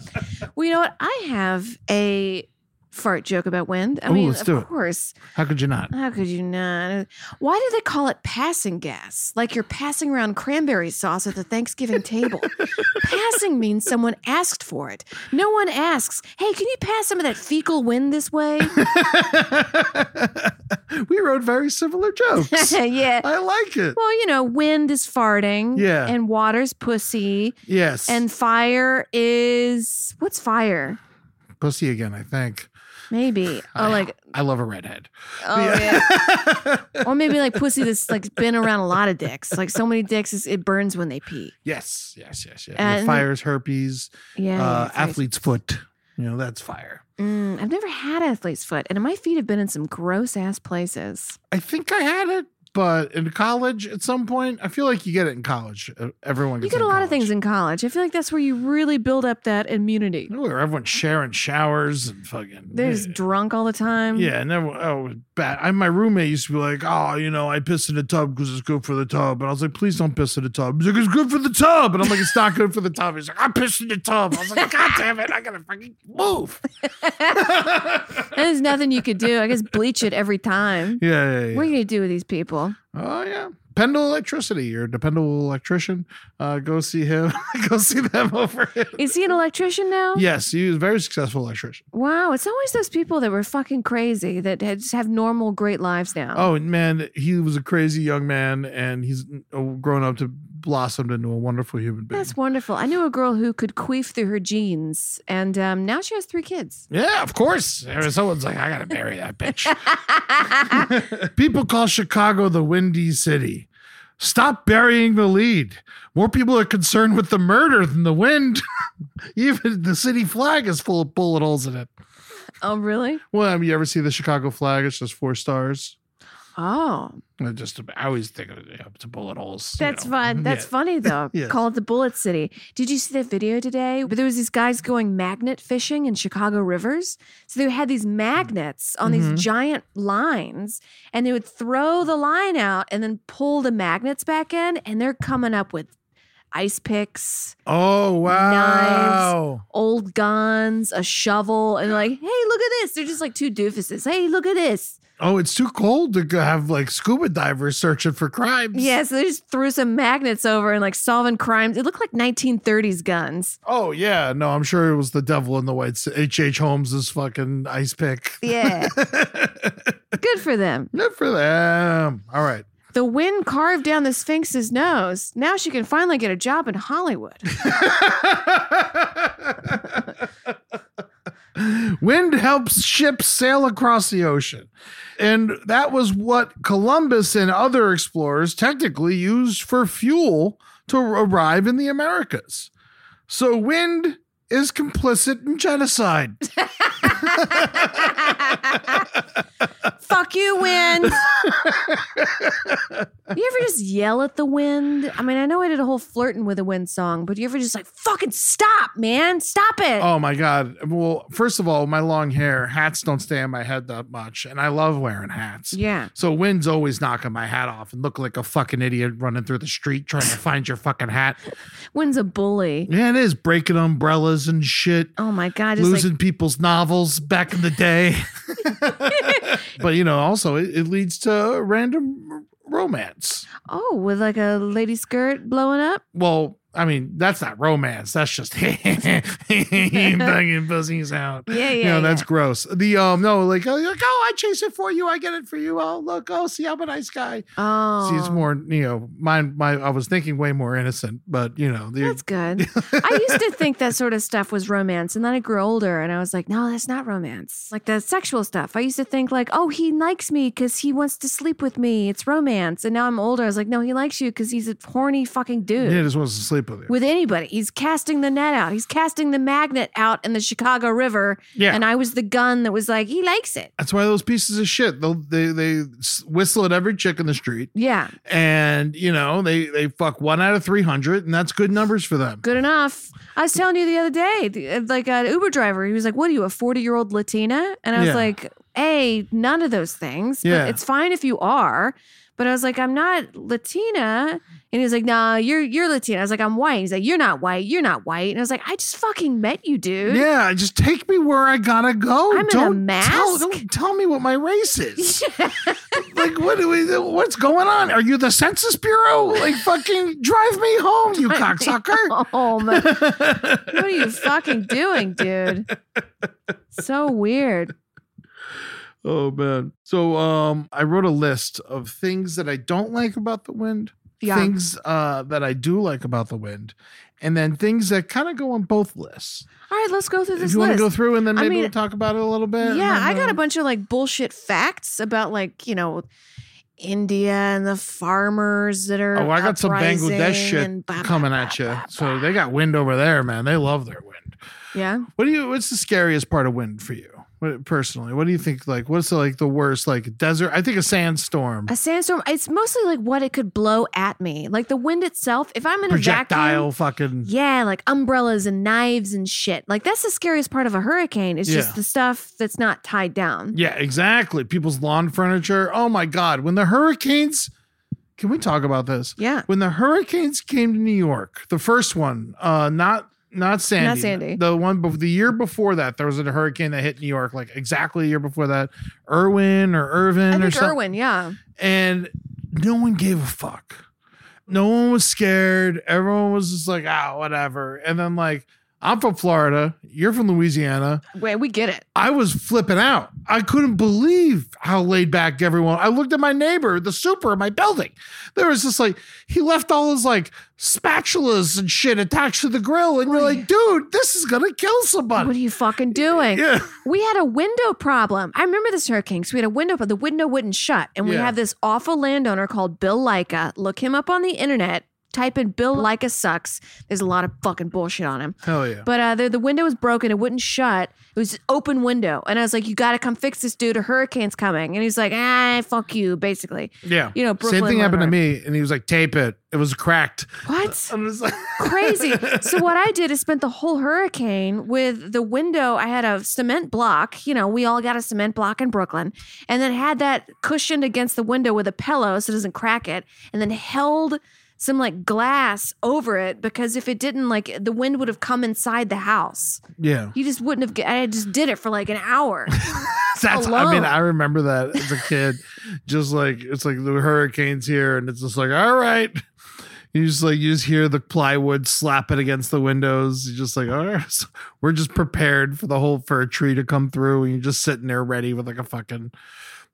D: well, you know what? I have a fart joke about wind. I
E: Ooh,
D: mean,
E: let's
D: of
E: do it.
D: course.
E: How could you not?
D: How could you not? Why do they call it passing gas? Like you're passing around cranberry sauce at the Thanksgiving table. passing means someone asked for it. No one asks, hey, can you pass some of that fecal wind this way?
E: we wrote very similar jokes.
D: yeah.
E: I like it.
D: Uh, Well, you know, wind is farting.
E: Yeah.
D: And water's pussy.
E: Yes.
D: And fire is what's fire?
E: pussy again, I think.
D: Maybe. Oh, like
E: I love a redhead.
D: oh yeah. or maybe like pussy that's like been around a lot of dicks. Like so many dicks, is, it burns when they pee.
E: Yes, yes, yes, yes.
D: And-
E: fires, herpes,
D: Yeah.
E: uh,
D: yeah,
E: athlete's foot. You know, that's fire.
D: Mm, I've never had athlete's foot, and my feet have been in some gross ass places.
E: I think I had it, but in college at some point, I feel like you get it in college. Uh, Everyone
D: You
E: gets
D: get a
E: it in
D: lot of
E: college.
D: things in college. I feel like that's where you really build up that immunity.
E: You know, where everyone's sharing showers and fucking.
D: They're just drunk all the time.
E: Yeah, and everyone, oh, it was bad. I, my roommate used to be like, oh, you know, I piss in the tub because it's good for the tub. And I was like, please don't piss in the tub. He's like, it's good for the tub. And I'm like, it's not good for the tub. He's like, I pissed in the tub. I was like, God damn it, I gotta fucking move.
D: And there's nothing you could do. I guess bleach it every time.
E: Yeah, yeah, yeah.
D: What are you gonna do with these people?
E: Oh yeah, Pendle Electricity, your dependable electrician. Uh, go see him. go see them over him.
D: Is he an electrician now?
E: Yes, he was a very successful electrician.
D: Wow, it's always those people that were fucking crazy that had, just have normal, great lives now.
E: Oh and man, he was a crazy young man, and he's uh, grown up to blossomed into a wonderful human being.
D: That's wonderful. I knew a girl who could queef through her jeans, and um, now she has three kids.
E: yeah, of course. There was- Someone's like, I gotta marry that bitch. people call Chicago the Windy City. Stop burying the lead. More people are concerned with the murder than the wind. Even the city flag is full of bullet holes in it.
D: Oh, really?
E: Well, I mean, you ever see the Chicago flag? It's just four stars.
D: Oh,
E: I just I always think of it yeah, to bullet holes. you
D: that's
E: know.
D: fun.
E: Mhm. Mm-hmm.
D: That's
E: Yeah.
D: funny though.
E: Yeah.
D: Call it the Bullet City. Did you see that video today? But there was these guys going magnet fishing in Chicago rivers. So they had these magnets on
E: Mm-hmm.
D: these giant lines, and they would throw the line out and then pull the magnets back in, and they're coming up with ice picks.
E: Oh wow!
D: old guns, a shovel, and like, hey, look at this. They're just like two doofuses. Hey, look at this.
E: Oh, it's too cold to go- have like scuba divers searching for crimes.
D: Yeah, so they just threw some magnets over and like solving crimes. It looked like 1930s guns.
E: Oh yeah. No, I'm sure it was the devil in the white. Sa- H. H. Holmes's fucking ice pick.
D: Yeah. Good for them.
E: Good for them. All right.
D: The wind carved down the Sphinx's nose. Now she can finally get a job in Hollywood.
E: Wind helps ships sail across the ocean. And that was what Columbus and other explorers technically used for fuel to arrive in the Americas. So, wind is complicit in genocide.
D: Fuck you, wind. you ever just yell at the wind? I mean, I know I did a whole flirting with the wind song, but you ever just like, fucking stop, man. Stop it.
E: Oh my God. Well, first of all, my long hair, hats don't stay on my head that much. And I love wearing hats.
D: Yeah.
E: So wind's always knocking my hat off and look like a fucking idiot running through the street trying to find your fucking hat.
D: Wind's a bully.
E: Yeah, it is breaking umbrellas and shit,
D: Oh my god, just
E: losing people's novels back in the day. but you know, also it, it leads to random r- romance.
D: like oh, with like a lady skirt blowing up.
E: Well, I mean, that's not romance. That's just banging pussies out.
D: Yeah,
E: You
D: yeah,
E: know, that's
D: yeah.
E: gross. The um, no, like, uh, like, oh, I chase it for you. I get it for you. Oh, look, oh, see, I'm a nice guy.
D: Oh,
E: See, it's more, you know, mine. My, I was thinking way more innocent, but you know, the,
D: That's good. I used to think that sort of stuff was romance, and then I grew older, and I was like, no, that's not romance. Like the sexual stuff. I used to think like, oh, he likes me because he wants to sleep with me. It's romance. And now I'm older. I was like, no, he likes you because he's a horny fucking dude.
E: Yeah, just wants to sleep completely.
D: with anybody. He's casting the net out. He's casting the magnet out in the Chicago River.
E: Yeah.
D: And I was the gun that was like, he likes it.
E: That's why those pieces of shit. They'll, they they s- whistle at every chick in the street,
D: Yeah.
E: and you know they they fuck one out of three hundred, and that's good numbers for them.
D: Good enough. I was telling you the other day, the- uh, like an Uber driver, he was like, What are you, a 40 year old Latina? And I was
E: Yeah.
D: like, A, none of those things.
E: Yeah.
D: But it's fine if you are. But I was like, I'm not Latina. And he was like, Nah, you're you're Latina. I was like, I'm white. He's like, You're not white. You're not white. And I was like, I just fucking met you, dude.
E: Yeah, just take me where I gotta go.
D: I'm in a
E: don't Tell,
D: mask.
E: don't tell me what my race is. like, what do we? What's going on? Are you the Census Bureau? Like, fucking drive me home, you cocksucker.
D: home. what are you fucking doing, dude? So weird.
E: Oh man. So, um, I wrote a list of things that I don't like about the wind.
D: Yeah.
E: Things uh, that I do like about the wind, and then things that kind of go on both lists.
D: All right, let's go through this
E: if you want to
D: list.
E: go through, and then
D: I
E: maybe
D: mean-
E: we'll talk about it a little bit. and
D: yeah,
E: then,
D: I got
E: uh,
D: a bunch of like bullshit facts about like, you know, India and the farmers that are
E: Oh, I got some
D: uprising
E: Bangladesh shit
D: and blah, blah,
E: coming
D: blah,
E: at you.
D: blah,
E: So
D: blah.
E: they got wind over there, man. They love their wind.
D: Yeah.
E: What do you? What's the scariest part of wind for you What- personally? What do you think? Like, what's the, like the worst? Like desert? I think a sandstorm,
D: A sandstorm, it's mostly like what it could blow at me. Like the wind itself, if I'm in a vacuum,
E: projectile, fucking.
D: Yeah, like umbrellas and knives and shit. Like that's the scariest part of a hurricane. It's
E: Yeah.
D: just the stuff that's not tied down.
E: Yeah, exactly. People's lawn furniture. Oh my god! When the hurricanes, can we talk about this?
D: Yeah.
E: When the hurricanes came to New York, the first one, uh, not not Sandy,
D: Sandy.
E: the one bef- the year before that, there was a hurricane that hit New York, like exactly a year before that, Irwin or Irvin
D: I
E: or
D: think
E: something.
D: Irwin, yeah.
E: and no one gave a fuck. No one was scared. Everyone was just like, ah, whatever. And then like, I'm from Florida. You're from Louisiana.
D: Wait, we get it.
E: I was flipping out. I couldn't believe how laid back everyone. I looked at my neighbor, the super in my building. There was just like he left all his like spatulas and shit attached to the grill, and you're like, dude, this is gonna kill somebody.
D: What are you fucking doing?
E: Yeah.
D: We had a window problem. I remember this hurricane because we had a window, but the window wouldn't shut. And we
E: Yeah.
D: have this awful landowner called Bill Leica. Look him up on the internet. Type in Bill Leica sucks. There's a lot of fucking bullshit on him.
E: Hell yeah.
D: But uh, the, the window was broken. It wouldn't shut. It was an open window. And I was like, you got to come fix this, dude. A hurricane's coming. And he's like, ah, fuck you, basically.
E: yeah.
D: You know, Brooklyn
E: same thing happened to
D: Leonard.
E: me, and he was like, tape it. It was cracked.
D: What?
E: I'm just like,
D: Crazy. so what I did is spent the whole hurricane with the window. I had a cement block. You know, we all got a cement block in Brooklyn, and then had that cushioned against the window with a pillow so it doesn't crack it, and then held some like glass over it because if it didn't, like the wind would have come inside the house.
E: yeah.
D: You just wouldn't have. Get, I just did it for like an hour.
E: That's I mean,
D: alone.
E: I remember that as a kid. just like it's like the hurricanes here, and it's just like, all right. You just like you just hear the plywood slapping against the windows. You're just like, all right, so we're just prepared for the whole for a tree to come through, and you're just sitting there ready with like a fucking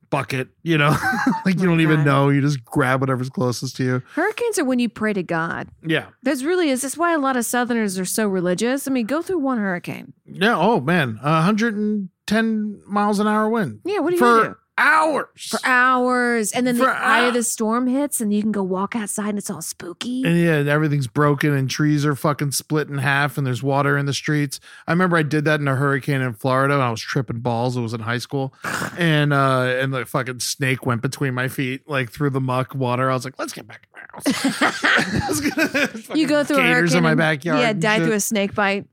E: bucket, you know, like you don't even
D: God.
E: know. You just grab whatever's closest to you.
D: Hurricanes are when you pray to God.
E: Yeah.
D: That's really is. That's why a lot of Southerners are so religious. I mean, go through one hurricane.
E: Yeah. Oh man, a 110 miles an hour wind.
D: Yeah, what do you
E: for
D: do?
E: hours?
D: for hours and then
E: For
D: the eye of
E: hou-
D: the storm hits and you can go walk outside and it's all spooky
E: And yeah, and everything's broken and trees are fucking split in half and there's water in the streets. I remember I did that in a hurricane in Florida and I was tripping balls. It was in high school. And uh and the fucking snake went between my feet, like through the muck water. I was like, let's get back in my house.
D: you go through a
E: gators
D: hurricane
E: in my
D: and-
E: backyard.
D: yeah
E: and
D: die
E: shit.
D: through a snake bite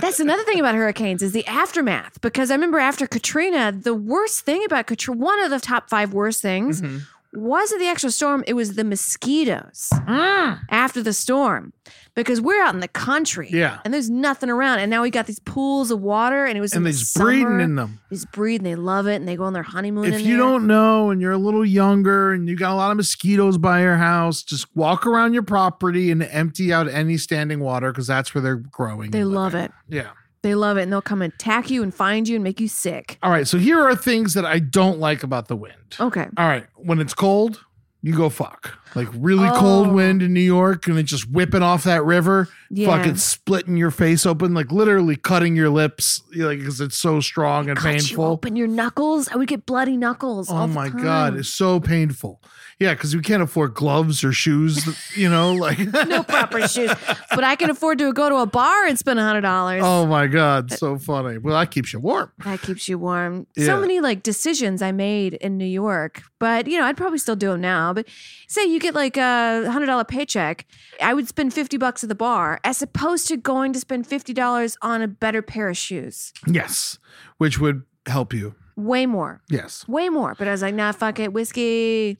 D: that's another thing about hurricanes is the aftermath because i remember after katrina the worst thing about katrina one of the top five worst things
E: Mm-hmm.
D: wasn't the actual storm it was the mosquitoes
E: Mm.
D: after the storm because we're out in the country
E: Yeah.
D: and there's nothing around and now we got these pools of water and it was
E: And
D: in
E: they
D: the
E: just breeding
D: summer.
E: in them.
D: They just breed and they love it and they go on their honeymoon
E: If
D: in
E: you
D: there.
E: don't know and you're a little younger and you got a lot of mosquitoes by your house, just walk around your property and empty out any standing water because that's where they're growing.
D: They
E: and
D: love
E: living.
D: it.
E: Yeah.
D: They love it and they'll come and attack you and find you and make you sick.
E: All right. So here are things that I don't like about the wind.
D: Okay.
E: All right. When it's cold, you go fuck. Like really cold
D: Oh.
E: wind in New York and it just whipping off that river,
D: Yeah.
E: fucking splitting your face open, like literally cutting your lips, you know, like because it's so strong and
D: Cut
E: painful.
D: You open your knuckles. I would get bloody knuckles. all
E: Oh
D: the
E: my god,
D: time.
E: it's so painful. Yeah, because we can't afford gloves or shoes. You know, like
D: no proper shoes. But I can afford to go to a bar and spend a hundred dollars.
E: oh my
D: Uh,
E: god, so funny. Well, that keeps you warm.
D: That keeps you warm.
E: Yeah.
D: So many like decisions I made in New York, but you know, I'd probably still do them now. But say you get like a hundred dollar paycheck, I would spend 50 bucks at the bar as opposed to going to spend $50 on a better pair of shoes.
E: Yes, which would help you.
D: Way more,
E: Yes.
D: way more. But I was like, nah, fuck it, whiskey.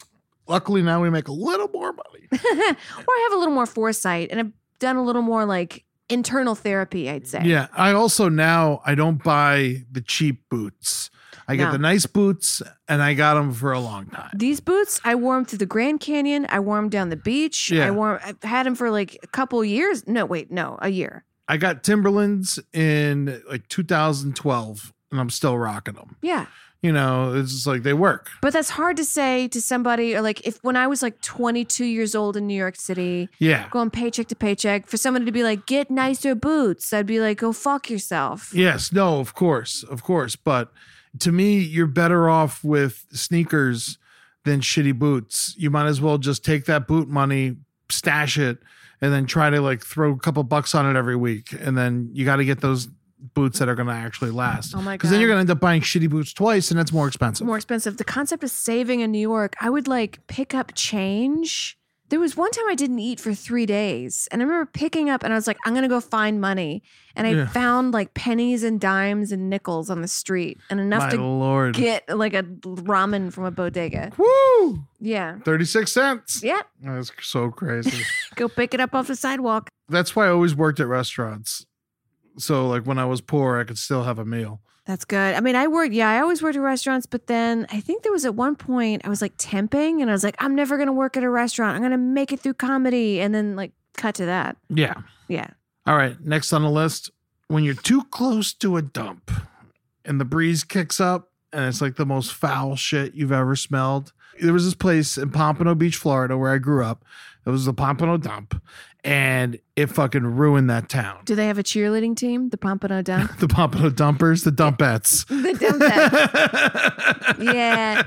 E: Luckily now we make a little more money.
D: or I have a little more foresight and I've done a little more like internal therapy, I'd say.
E: Yeah. I also now I don't buy the cheap boots. I get
D: No.
E: the nice boots, and I got them for a long time.
D: These boots, I wore them through the Grand Canyon. I wore them down the beach.
E: Yeah.
D: I wore. I've had them for like a couple years. No, wait, no, a year.
E: I got Timberlands in like 2012, and I'm still rocking them.
D: Yeah,
E: You know, it's just like they work.
D: but that's hard to say to somebody. Or like, if when I was like 22 years old in New York City,
E: Yeah.
D: going paycheck to paycheck, for somebody to be like, "Get nicer boots," I'd be like, "Go fuck yourself."
E: Yes, no, of course, of course. But to me, you're better off with sneakers than shitty boots. You might as well just take that boot money, stash it, and then try to like throw a couple bucks on it every week. And then you got to get those boots that are going to actually last.
D: Oh my
E: Because then
D: God.
E: you're going to end up buying shitty boots twice, and that's more expensive.
D: more expensive. The concept of saving in New York, I would like pick up change. There was one time I didn't eat for three days, and I remember picking up and I was like, I'm gonna go find money. And I
E: Yeah.
D: found like pennies and dimes and nickels on the street and enough
E: my
D: to
E: lord.
D: get like a ramen from a bodega.
E: Woo!
D: Yeah.
E: 36 cents.
D: Yeah.
E: That's so crazy.
D: Go pick it up off the sidewalk.
E: that's why I always worked at restaurants. So, like, when I was poor, I could still have a meal.
D: That's good. I mean, I worked, yeah, I always worked at restaurants, but then I think there was at one point I was like temping and I was like, I'm never gonna work at a restaurant. I'm gonna make it through comedy. And then like cut to that.
E: Yeah.
D: Yeah.
E: All right, next on the list, when you're too close to a dump and the breeze kicks up and it's like the most foul shit you've ever smelled. There was this place in Pompano Beach, Florida, where I grew up. It was the Pompano Dump, and it fucking ruined that town.
D: Do they have a cheerleading team? The Pompano Dump?
E: The Pompano Dumpers, the Dumpettes.
D: the Dump Dump. Yeah.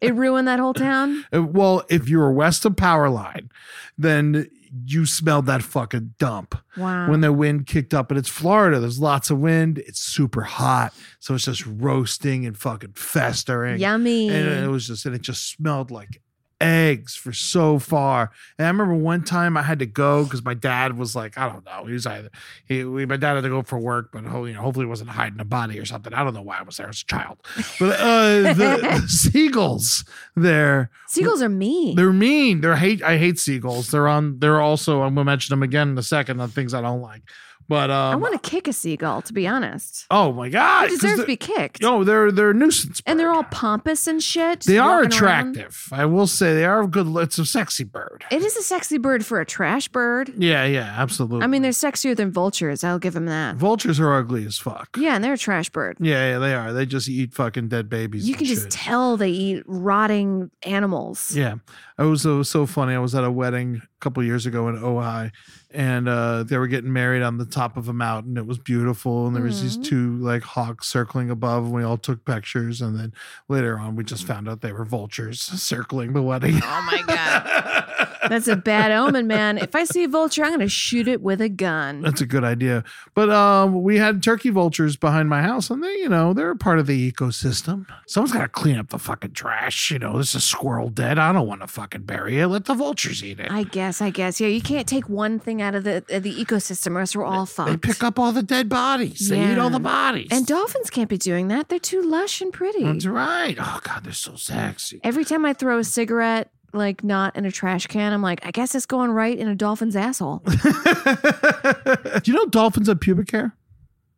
D: It ruined that whole town.
E: Uh, Well, if you were west of Power Line, then you smelled that fucking dump.
D: Wow.
E: When the wind kicked up, and it's Florida, there's lots of wind. It's super hot, so it's just roasting and fucking festering.
D: Yummy.
E: And uh, it was just, and it just smelled like eggs for so far. And I remember one time I had to go because my dad was like, I don't know, he was either he, we, my dad had to go for work, but ho- you know, hopefully he wasn't hiding a body or something. I don't know why I was there as a child, but uh, the, the seagulls there.
D: Seagulls are mean.
E: They're mean. They're hate. I hate seagulls. They're on. They're also. I'm gonna mention them again in a second on things I don't like. But um,
D: I want to kick a seagull, to be honest.
E: Oh my god!
D: They
E: 'cause
D: deserve
E: they're-
D: to be kicked.
E: No, they're they're a nuisance.
D: and they're
E: bird.
D: all pompous and shit.
E: They are
D: walking around.
E: attractive. I will say they are good. It's a sexy bird.
D: It is a sexy bird for a trash bird.
E: Yeah, yeah, absolutely.
D: I mean, they're sexier than vultures. I'll give them that.
E: vultures are ugly as fuck.
D: Yeah, and they're a trash bird.
E: Yeah, yeah, they are. They just eat fucking dead babies.
D: You
E: and
D: can just
E: shit.
D: tell they eat rotting animals.
E: Yeah. I was, it was so funny. I was at a wedding a couple years ago in Ojai and uh, they were getting married on the top of a mountain. It was beautiful. And there was
D: Mm-hmm.
E: these two like hawks circling above and we all took pictures. And then later on, we just found out they were vultures circling the wedding.
D: Mm-hmm. Oh my God. That's a bad omen, man. If I see a vulture, I'm going to shoot it with a gun.
E: That's a good idea. But um, we had turkey vultures behind my house, and they, you know, they're a part of the ecosystem. Someone's got to clean up the fucking trash. You know, this is squirrel dead. I don't want to fucking bury it. Let the vultures eat it.
D: I guess, I guess. Yeah, you can't take one thing out of the uh, the ecosystem, or else we're all
E: They
D: fucked.
E: pick up all the dead bodies. They eat all the
D: Yeah.
E: bodies.
D: and dolphins can't be doing that. They're too lush and pretty.
E: That's right. Oh God, they're so sexy.
D: Every time I throw a cigarette, like not in a trash can, I'm like, I guess it's going right in a dolphin's asshole.
E: Do you know dolphins have pubic hair?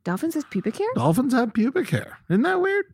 D: dolphins has pubic hair?
E: Dolphins have pubic hair. Isn't that weird?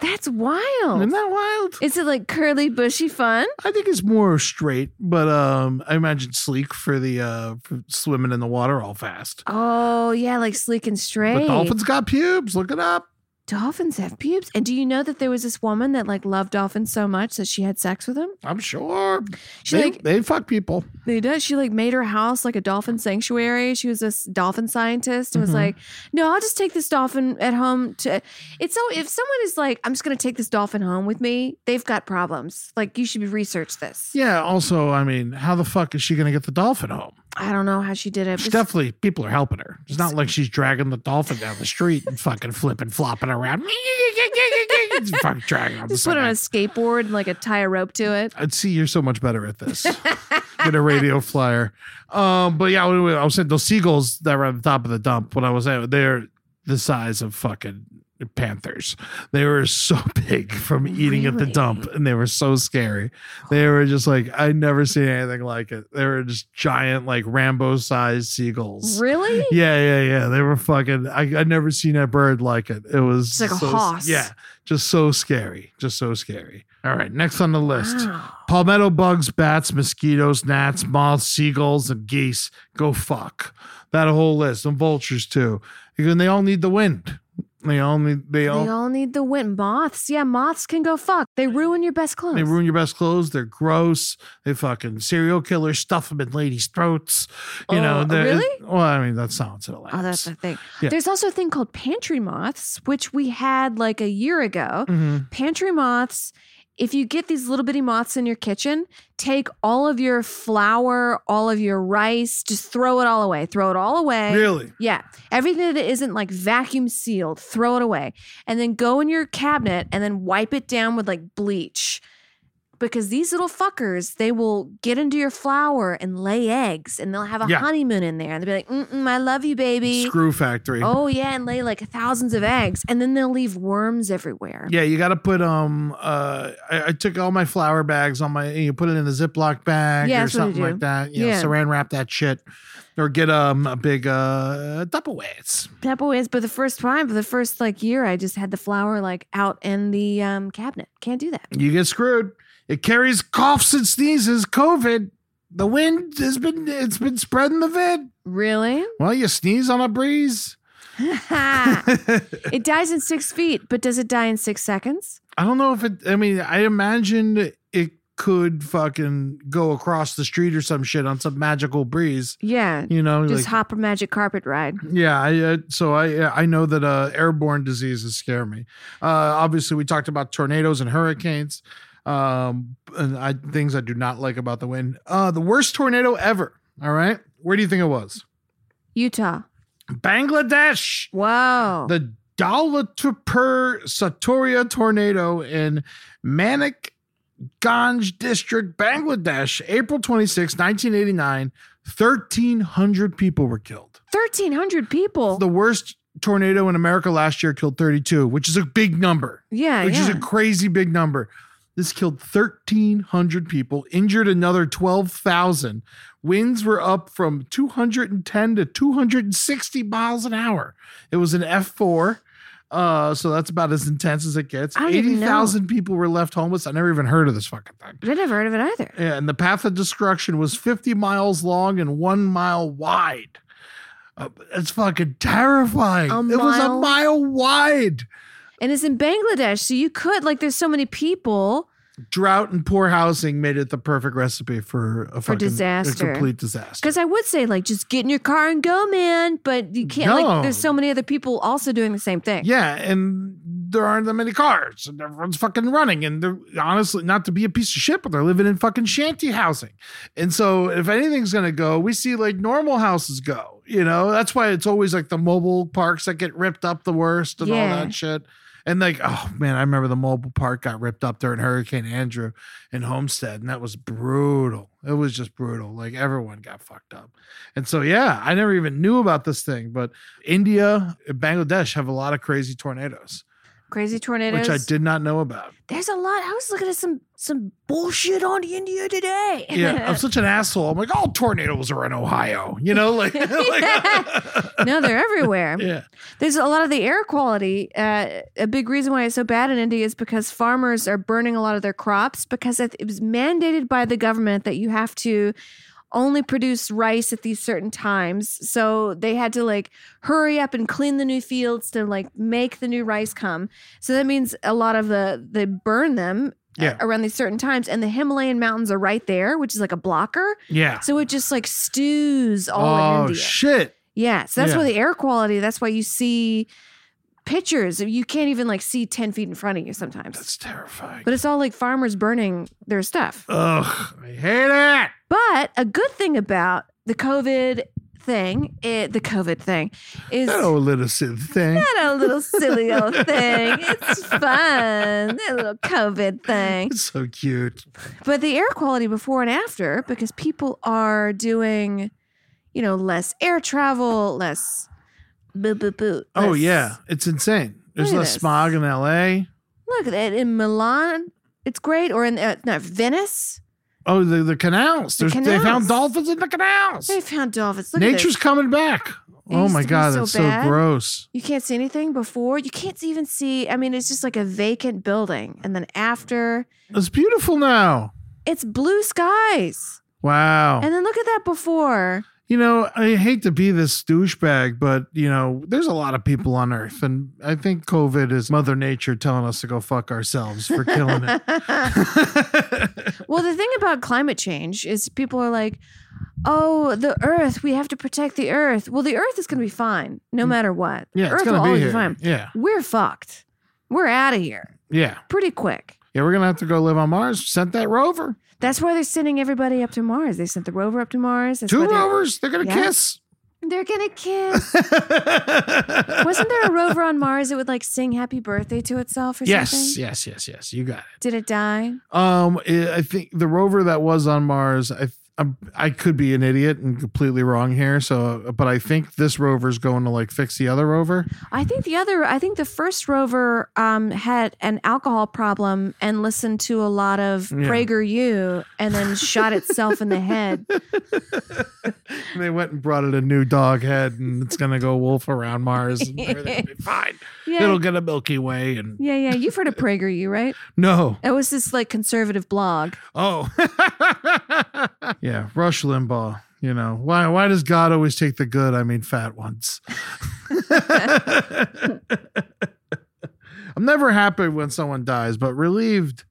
D: That's
E: Isn't
D: wild.
E: that wild?
D: Is it like curly, bushy fun?
E: I think it's more straight, but um, I imagine sleek for the uh, for swimming in the water all fast.
D: Oh yeah, like sleek and straight.
E: But dolphins got pubes. Look it up.
D: dolphins have pubes. And do you know that there was this woman that like loved dolphins so much that she had sex with them?
E: I'm sure
D: She
E: they,
D: like
E: they fuck people.
D: they does. She like made her house like a dolphin sanctuary. She was this dolphin scientist and
E: Mm-hmm.
D: was like, "No, I'll just take this dolphin at home to." It's so if someone is like, "I'm just going to take this dolphin home with me," they've got problems. Like you should research this.
E: Yeah. Also, I mean, how the fuck is she gonna get the dolphin home?
D: I don't know how she did it.
E: She's
D: but-
E: definitely people are helping her. It's not like she's dragging the dolphin down the street and fucking flipping, flopping around. It's fucking dragging on the
D: Just put on a
E: side.
D: skateboard and like a tie a rope to it.
E: I'd see you're so much better at this. Get a radio flyer. Um, but yeah, anyway, I was saying those seagulls that were on the top of the dump when I was out, they're the size of fucking panthers. They were so big from eating at the
D: Really?
E: dump and they were so scary. They were just like, I never seen anything like it. They were just giant, like Rambo sized seagulls.
D: Really?
E: Yeah, yeah, yeah. They were fucking. I I never seen a bird like it. It was
D: It's like a
E: so-
D: hoss.
E: Yeah, just so scary. Just so scary. All right, next on the list:
D: Wow.
E: palmetto bugs, bats, mosquitoes, gnats, moths, seagulls, and geese. Go fuck that whole list. And vultures too. And they all need the wind. They all need. They all.
D: They all need the wind. Moths. Yeah, moths can go fuck. They ruin your best clothes.
E: They ruin your best clothes. They're gross. They fucking serial killers stuff them in ladies' throats. You know,
D: Oh,
E: they're-
D: really?
E: Well, I mean, that sounds hilarious.
D: Oh, that's the thing.
E: Yeah.
D: There's also a thing called pantry moths, which we had like a year ago.
E: Mhm.
D: Pantry moths, if you get these little bitty moths in your kitchen, take all of your flour, all of your rice, just throw it all away. Throw it all away.
E: Really?
D: Yeah. Everything that isn't like vacuum sealed, throw it away. And then go in your cabinet and then wipe it down with like bleach. Because these little fuckers, they will get into your flour and lay eggs and they'll have a
E: Yeah.
D: honeymoon in there. And they'll be like, mm-mm, I love you, baby.
E: Screw factory.
D: Oh, yeah. And lay like thousands of eggs. And then they'll leave worms everywhere.
E: Yeah, you got to put um. Uh, I, I took all my flour bags on my. You put it in a Ziploc bag
D: Yeah,
E: or
D: that's what you
E: something like
D: do.
E: that. You
D: Yeah.
E: know, Saran wrap that shit, or get um a big uh Tupperwares.
D: That boy is, but the first time, for the first like year, I just had the flour like out in the um, cabinet. Can't do that.
E: You get screwed. It carries coughs and sneezes. COVID. The wind has been. It's been spreading the vid.
D: Really?
E: Well, you sneeze on a breeze.
D: it dies in six feet, but does it die in six seconds?
E: I don't know if it. I mean, I imagined it could fucking go across the street or some shit on some magical breeze.
D: Yeah.
E: You know,
D: Just
E: like-
D: hop a magic carpet ride.
E: Yeah, I, uh, so I I know that uh, airborne diseases scare me. Uh, obviously, we talked about tornadoes and hurricanes, um, and I, things I do not like about the wind. Uh, the worst tornado ever. All right, where do you think it was?
D: Utah.
E: Bangladesh.
D: Whoa.
E: The Dawlatpur Satoria tornado in Manik Ganj district, Bangladesh, April 26, 1989. 1,300 people were killed.
D: 1,300 people.
E: the worst tornado in America last year killed 32, which is a big number,
D: yeah.
E: which
D: yeah.
E: is a crazy big number. This killed 1,300 people, injured another 12,000. Winds were up from 210 to 260 miles an hour. It was an F4. Uh, so that's about as intense as it gets.
D: I didn't know.
E: 80,000 people were left homeless. I never even heard of this fucking thing.
D: I never heard of it either.
E: Yeah, and the path of destruction was 50 miles long and one mile wide. Uh, It's fucking terrifying.
D: A
E: it was a
D: mile?
E: mile wide.
D: And it's in Bangladesh, so you could, like, there's so many people.
E: Drought and poor housing made it the perfect recipe for a fucking,
D: disaster.
E: A complete disaster.
D: Because I would say, like, just get in your car and go, man. But you can't,
E: No.
D: like, there's so many other people also doing the same thing.
E: Yeah, and there aren't that many cars, and everyone's fucking running. And they're honestly not to be a piece of shit, but they're living in fucking shanty housing. And so, if anything's gonna go, we see like normal houses go. You know, that's why it's always like the mobile parks that get ripped up the worst and all
D: Yeah.
E: that shit. And like, oh man, I remember the mobile park got ripped up during Hurricane Andrew in Homestead, and that was brutal. It was just brutal. Like everyone got fucked up. And so, yeah, I never even knew about this thing, but India and Bangladesh have a lot of crazy tornadoes,
D: Crazy tornadoes.
E: which I did not know about.
D: There's a lot. I was looking at some some bullshit on India today.
E: Yeah, I'm such an asshole. I'm like, all tornadoes are in Ohio, you know, like, like-
D: no, they're everywhere.
E: yeah,
D: There's a lot of the air quality. Uh, a big reason why it's so bad in India is because farmers are burning a lot of their crops because it it was mandated by the government that you have to only produce rice at these certain times. So they had to like hurry up and clean the new fields to like make the new rice come. So that means a lot of the they burn them
E: Yeah.
D: around these certain times and the Himalayan mountains are right there, which is like a blocker.
E: Yeah.
D: So it just like stews all in
E: Oh
D: India.
E: shit.
D: Yeah. So that's
E: Yeah.
D: why the air quality, that's why you see pictures. You can't even like see 10 feet in front of you sometimes.
E: That's terrifying.
D: but it's all like farmers burning their stuff.
E: Ugh. I hate it.
D: But a good thing about the COVID thing, it, the COVID thing, is
E: That old little Sith thing.
D: that a little silly old thing. It's fun. That little COVID thing.
E: It's so cute.
D: But the air quality before and after, because people are doing, you know, less air travel, less boo boo boo.
E: Oh
D: less-
E: yeah. It's insane. There's
D: Look at
E: less
D: this.
E: smog in LA.
D: Look at that in Milan. It's great. Or in uh, no, Venice.
E: Oh, the, the canals.
D: The
E: There's, They found
D: canals.
E: dolphins in the canals.
D: They found dolphins. Look
E: Nature's
D: at this.
E: coming back.
D: It
E: oh
D: used
E: my
D: to be
E: god,
D: so
E: that's
D: bad.
E: so gross.
D: You can't see anything before. You can't even see. I mean, it's just like a vacant building. And then after,
E: It's beautiful now.
D: it's blue skies.
E: Wow.
D: And then look at that before.
E: you know, I hate to be this douchebag, but you know, there's a lot of people on Earth, and I think COVID is Mother Nature telling us to go fuck ourselves for killing it.
D: Well, the thing about climate change is people are like, oh, the earth, we have to protect the earth. Well, the earth is going to be fine no matter what.
E: Mm. Yeah,
D: the
E: it's
D: earth
E: gonna
D: will
E: be
D: always
E: here.
D: be fine.
E: Yeah.
D: We're fucked. We're out of here
E: Yeah,
D: pretty quick.
E: yeah, we're gonna have to go live on Mars. Sent that rover,
D: That's why they're sending everybody up to Mars. They sent the rover up to Mars. That's
E: two
D: why they're-
E: rovers. They're gonna
D: Yeah.
E: kiss.
D: They're going to kiss. Wasn't there a rover on Mars that would like sing happy birthday to itself or
E: Yes,
D: something?
E: yes, yes, yes. You got it.
D: Did it die?
E: Um, I I think the rover that was on Mars, I I'm, I could be an idiot and completely wrong here. So, but I think this rover's going to like fix the other rover.
D: I think the other, I think the first rover um, had an alcohol problem and listened to a lot of
E: Yeah.
D: PragerU and then shot itself in the head.
E: And they went and brought it a new dog head, and it's gonna go wolf around Mars. And everything will be fine.
D: Yeah.
E: It'll get a Milky Way. And
D: Yeah, yeah. You've heard of PragerU, right?
E: no,
D: It was this like conservative blog.
E: oh, yeah, Rush Limbaugh. You know why? Why does God always take the good? I mean, fat ones. I'm never happy when someone dies, but relieved.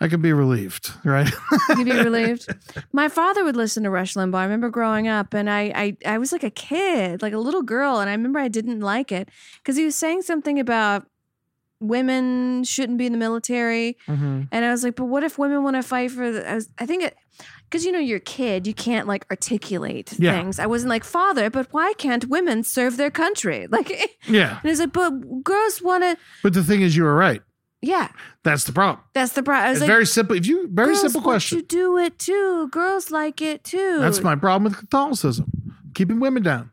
E: I can be relieved, right?
D: You'd be relieved. My father would listen to Rush Limbaugh. I remember growing up, and I, I, I was like a kid, like a little girl, and I remember I didn't like it because he was saying something about women shouldn't be in the military, and I was like, but what if women want to fight for? The, I was, I think it. Because you know you're a kid, you can't like articulate
E: Yeah.
D: things. I wasn't like father, but why can't women serve their country? Like, and
E: Yeah,
D: it's like, but girls want to.
E: but the thing is, you were right.
D: Yeah,
E: That's the problem.
D: that's the problem. I was
E: It's
D: like,
E: very simple. If you very
D: girls
E: simple
D: want
E: question.
D: To do it too, girls like it too.
E: That's my problem with Catholicism, keeping women down.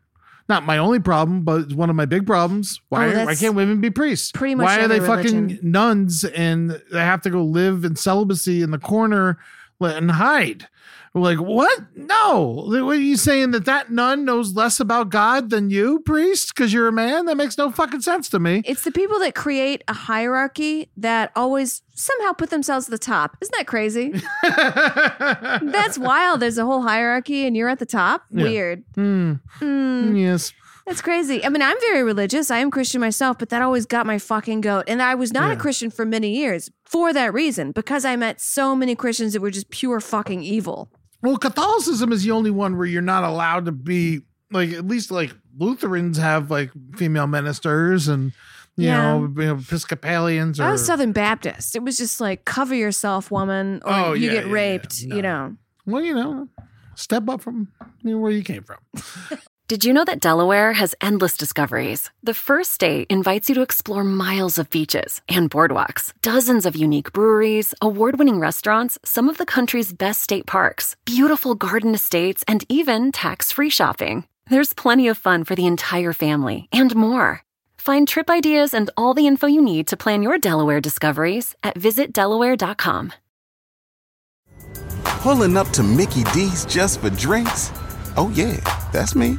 E: Not my only problem, but it's one of my big problems.
D: Oh,
E: Why, why
D: that's
E: can't women be priests?
D: pretty much
E: why are they
D: every
E: fucking
D: religion.
E: nuns and they have to go live in celibacy in the corner and hide? We're like, what? No. What are you saying that that nun knows less about God than you, priest, because you're a man? That makes no fucking sense to me.
D: It's the people that create a hierarchy that always somehow put themselves at the top. Isn't that crazy? That's wild. There's a whole hierarchy and you're at the top. Weird.
E: Hmm.
D: Hmm.
E: yes.
D: That's crazy. I mean, I'm very religious. I am Christian myself, but that always got my fucking goat. And I was not a Christian for many years for that reason because I met so many Christians that were just pure fucking evil.
E: Well, Catholicism is the only one where you're not allowed to be like at least like Lutherans have like female ministers and you
D: Yeah.
E: know you know, Episcopalians or
D: I was Southern Baptist. It was just like cover yourself, woman, or
E: Oh,
D: you
E: yeah,
D: get
E: yeah, yeah.
D: raped, you know.
E: well you know step up from you know, where you came from.
A: Did you know that Delaware has endless discoveries? The first state invites you to explore miles of beaches and boardwalks, dozens of unique breweries, award winning restaurants, some of the country's best state parks, beautiful garden estates, and even tax free shopping. There's plenty of fun for the entire family and more. Find trip ideas and all the info you need to plan your Delaware discoveries at visitdelaware.com.
B: Pulling up to Mickey D's just for drinks? Oh, yeah, that's me.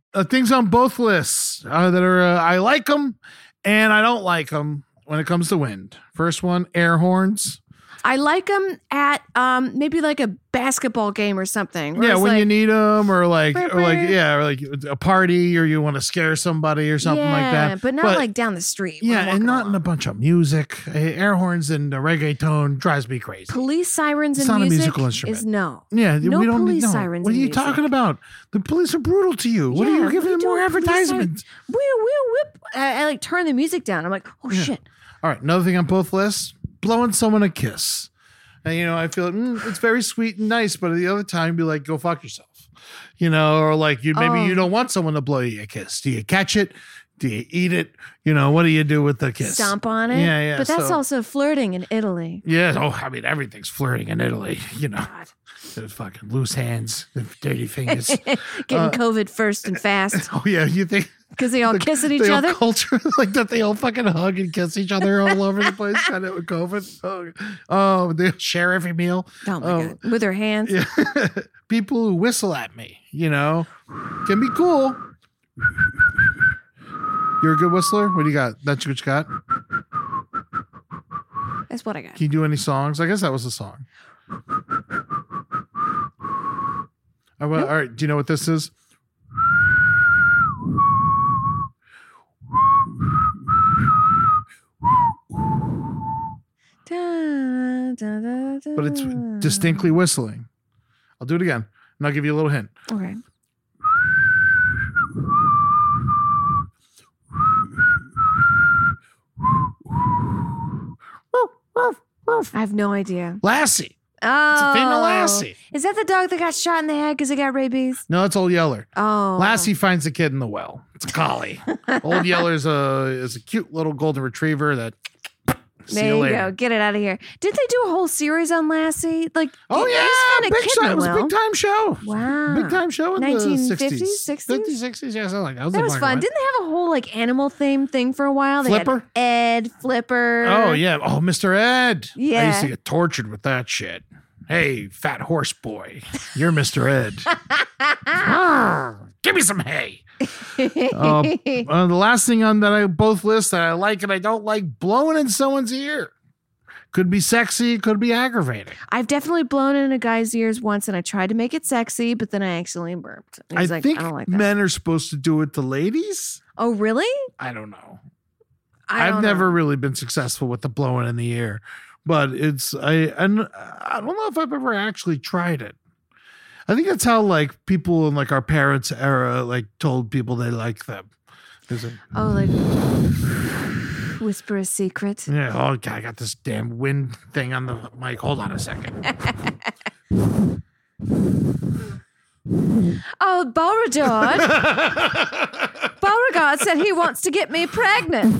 E: uh, things on both lists uh, that are uh, I like them and I don't like them when it comes to wind. First one, air horns.
D: I like them at um, maybe like a basketball game or something. where
E: yeah,
D: it's
E: when you
D: like-
E: need them, or like, or like,
D: Brr-brr.
E: yeah, or like a party, or you want to scare somebody, or something like
D: Yeah,
E: that.
D: But not like down the street. when
E: yeah,
D: walking
E: and not in a
D: along.
E: bunch of music. Uh, Air horns and uh, reggaeton drives me crazy.
D: police sirens
E: It's
D: and
E: not a
D: music
E: musical instrument.
D: is no.
E: Yeah,
D: no
E: we don't
D: police
E: need, no.
D: sirens.
E: What are
D: and
E: you
D: music.
E: talking about? The police are brutal to you. What are
D: Yeah,
E: you giving
D: we
E: them more
D: don't police sirens.
E: advertisements?
D: Wheel, wheel, whip. I, I like turn the music down. I'm like, oh shit.
E: All right, another thing on both lists: blowing someone a kiss. And you know, I feel mm, it's very sweet and nice, but at the other time, be like, go fuck yourself. You know, or like you maybe
D: Oh.
E: you don't want someone to blow you a kiss. Do you catch it? Do you eat it? You know, what do you do with the kiss?
D: Stomp on it.
E: Yeah, yeah,
D: But that's
E: so-
D: also flirting in Italy.
E: Yeah. Oh, I mean, everything's flirting in Italy. You know, the fucking loose hands, the dirty fingers.
D: Getting COVID first and fast
E: oh yeah, you think
D: because they all kiss at each
E: Uh, they all
D: other.
E: culture like that. They all fucking hug and kiss each other all over the place. Kind of with COVID. Oh, oh, they share every meal.
D: oh my
E: Oh.
D: god, with their hands.
E: Yeah. People who whistle at me, you know, can be cool. You're a good whistler. What do you got? That's what you got. Can
D: That's what I got.
E: you do any songs? I guess that was a song. I wa- All right. Do you know what this is? But it's
D: Hmm.
E: distinctly whistling. I'll do it again, and I'll give you a little hint.
D: Okay. I have no idea.
E: Lassie.
D: Oh,
E: Finna Lassie.
D: Is that the dog that got shot in the head because it got rabies?
E: No, that's Old Yeller.
D: Oh,
E: Lassie finds a kid in the well. It's a collie. Old Yeller's a is a cute little golden retriever that. See
D: There
E: you
D: you,
E: later.
D: go. Get it out of here. Did they do a whole series on Lassie? Like,
E: Oh
D: they
E: yeah,
D: just found a kid
E: big
D: in
E: time.
D: the
E: It was a
D: well.
E: big time show.
D: Wow.
E: Big time show in the
D: 1950s,
E: sixties,
D: 60s?
E: 60s. Yeah, something like that.
D: That
E: in
D: was
E: black
D: fun.
E: and
D: Didn't they have a whole like animal theme thing for a while? They had
E: Flipper?
D: Ed Flipper.
E: white. Oh yeah. Oh, Mr. Ed. I used
D: Yeah.
E: to get tortured with that shit. Hey, fat horse boy, you're Mr. Ed. Arr, Give me some hay. Uh, uh, the last thing on that I both list that I like and I don't like blowing in someone's ear. Could be sexy. Could be aggravating.
D: I've definitely blown in a guy's ears once, and I tried to make it sexy, but then I accidentally burped. And
E: I
D: He's like,
E: think
D: I don't like that.
E: men are supposed to do it to ladies.
D: oh, really?
E: I don't know.
D: I
E: I've
D: don't know.
E: never really been successful with the blowing in the ear, but it's I and I don't know if I've ever actually tried it. I think that's how like people in like our parents' era like told people they like them. There's a-
D: Oh, like whisper a secret.
E: yeah, oh God, I got this damn wind thing on the mic. Hold on a second.
D: Oh, Beauregard. Beauregard said he wants to get me pregnant.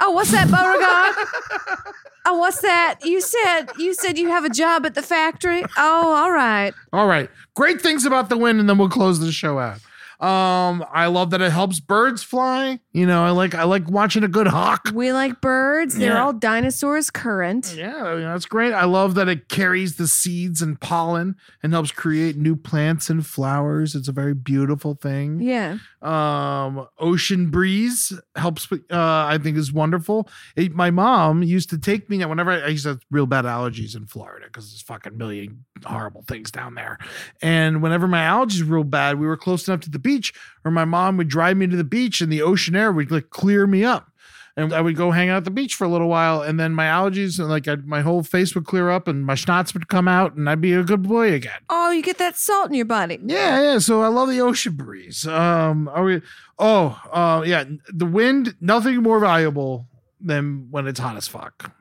D: Oh, what's that, Beauregard? Oh, what's that? You said you said you have a job at the factory. Oh, all right.
E: All right, great things about the wind, and then we'll close the show out. Um, I love that it helps birds fly. You know, I like I like watching a good hawk.
D: We like birds. They're
E: Yeah.
D: all dinosaurs current.
E: Yeah, I mean, that's great. I love that it carries the seeds and pollen and helps create new plants and flowers. It's a very beautiful thing.
D: Yeah.
E: Um, ocean breeze helps. with- Uh, I think is wonderful. It, my mom used to take me whenever I, I used to have real bad allergies in Florida because there's fucking million horrible things down there. And whenever my allergies were real bad, we were close enough to the beach, or my mom would drive me to the beach, and the ocean air would like clear me up and I would go hang out at the beach for a little while, and then my allergies and like I'd, my whole face would clear up, and my schnots would come out, and I'd be a good boy again.
D: Oh, you get that salt in your body.
E: Yeah, yeah. So I love the ocean breeze. Um, are we? Oh, uh, yeah. The wind. Nothing more valuable than when it's hot as fuck.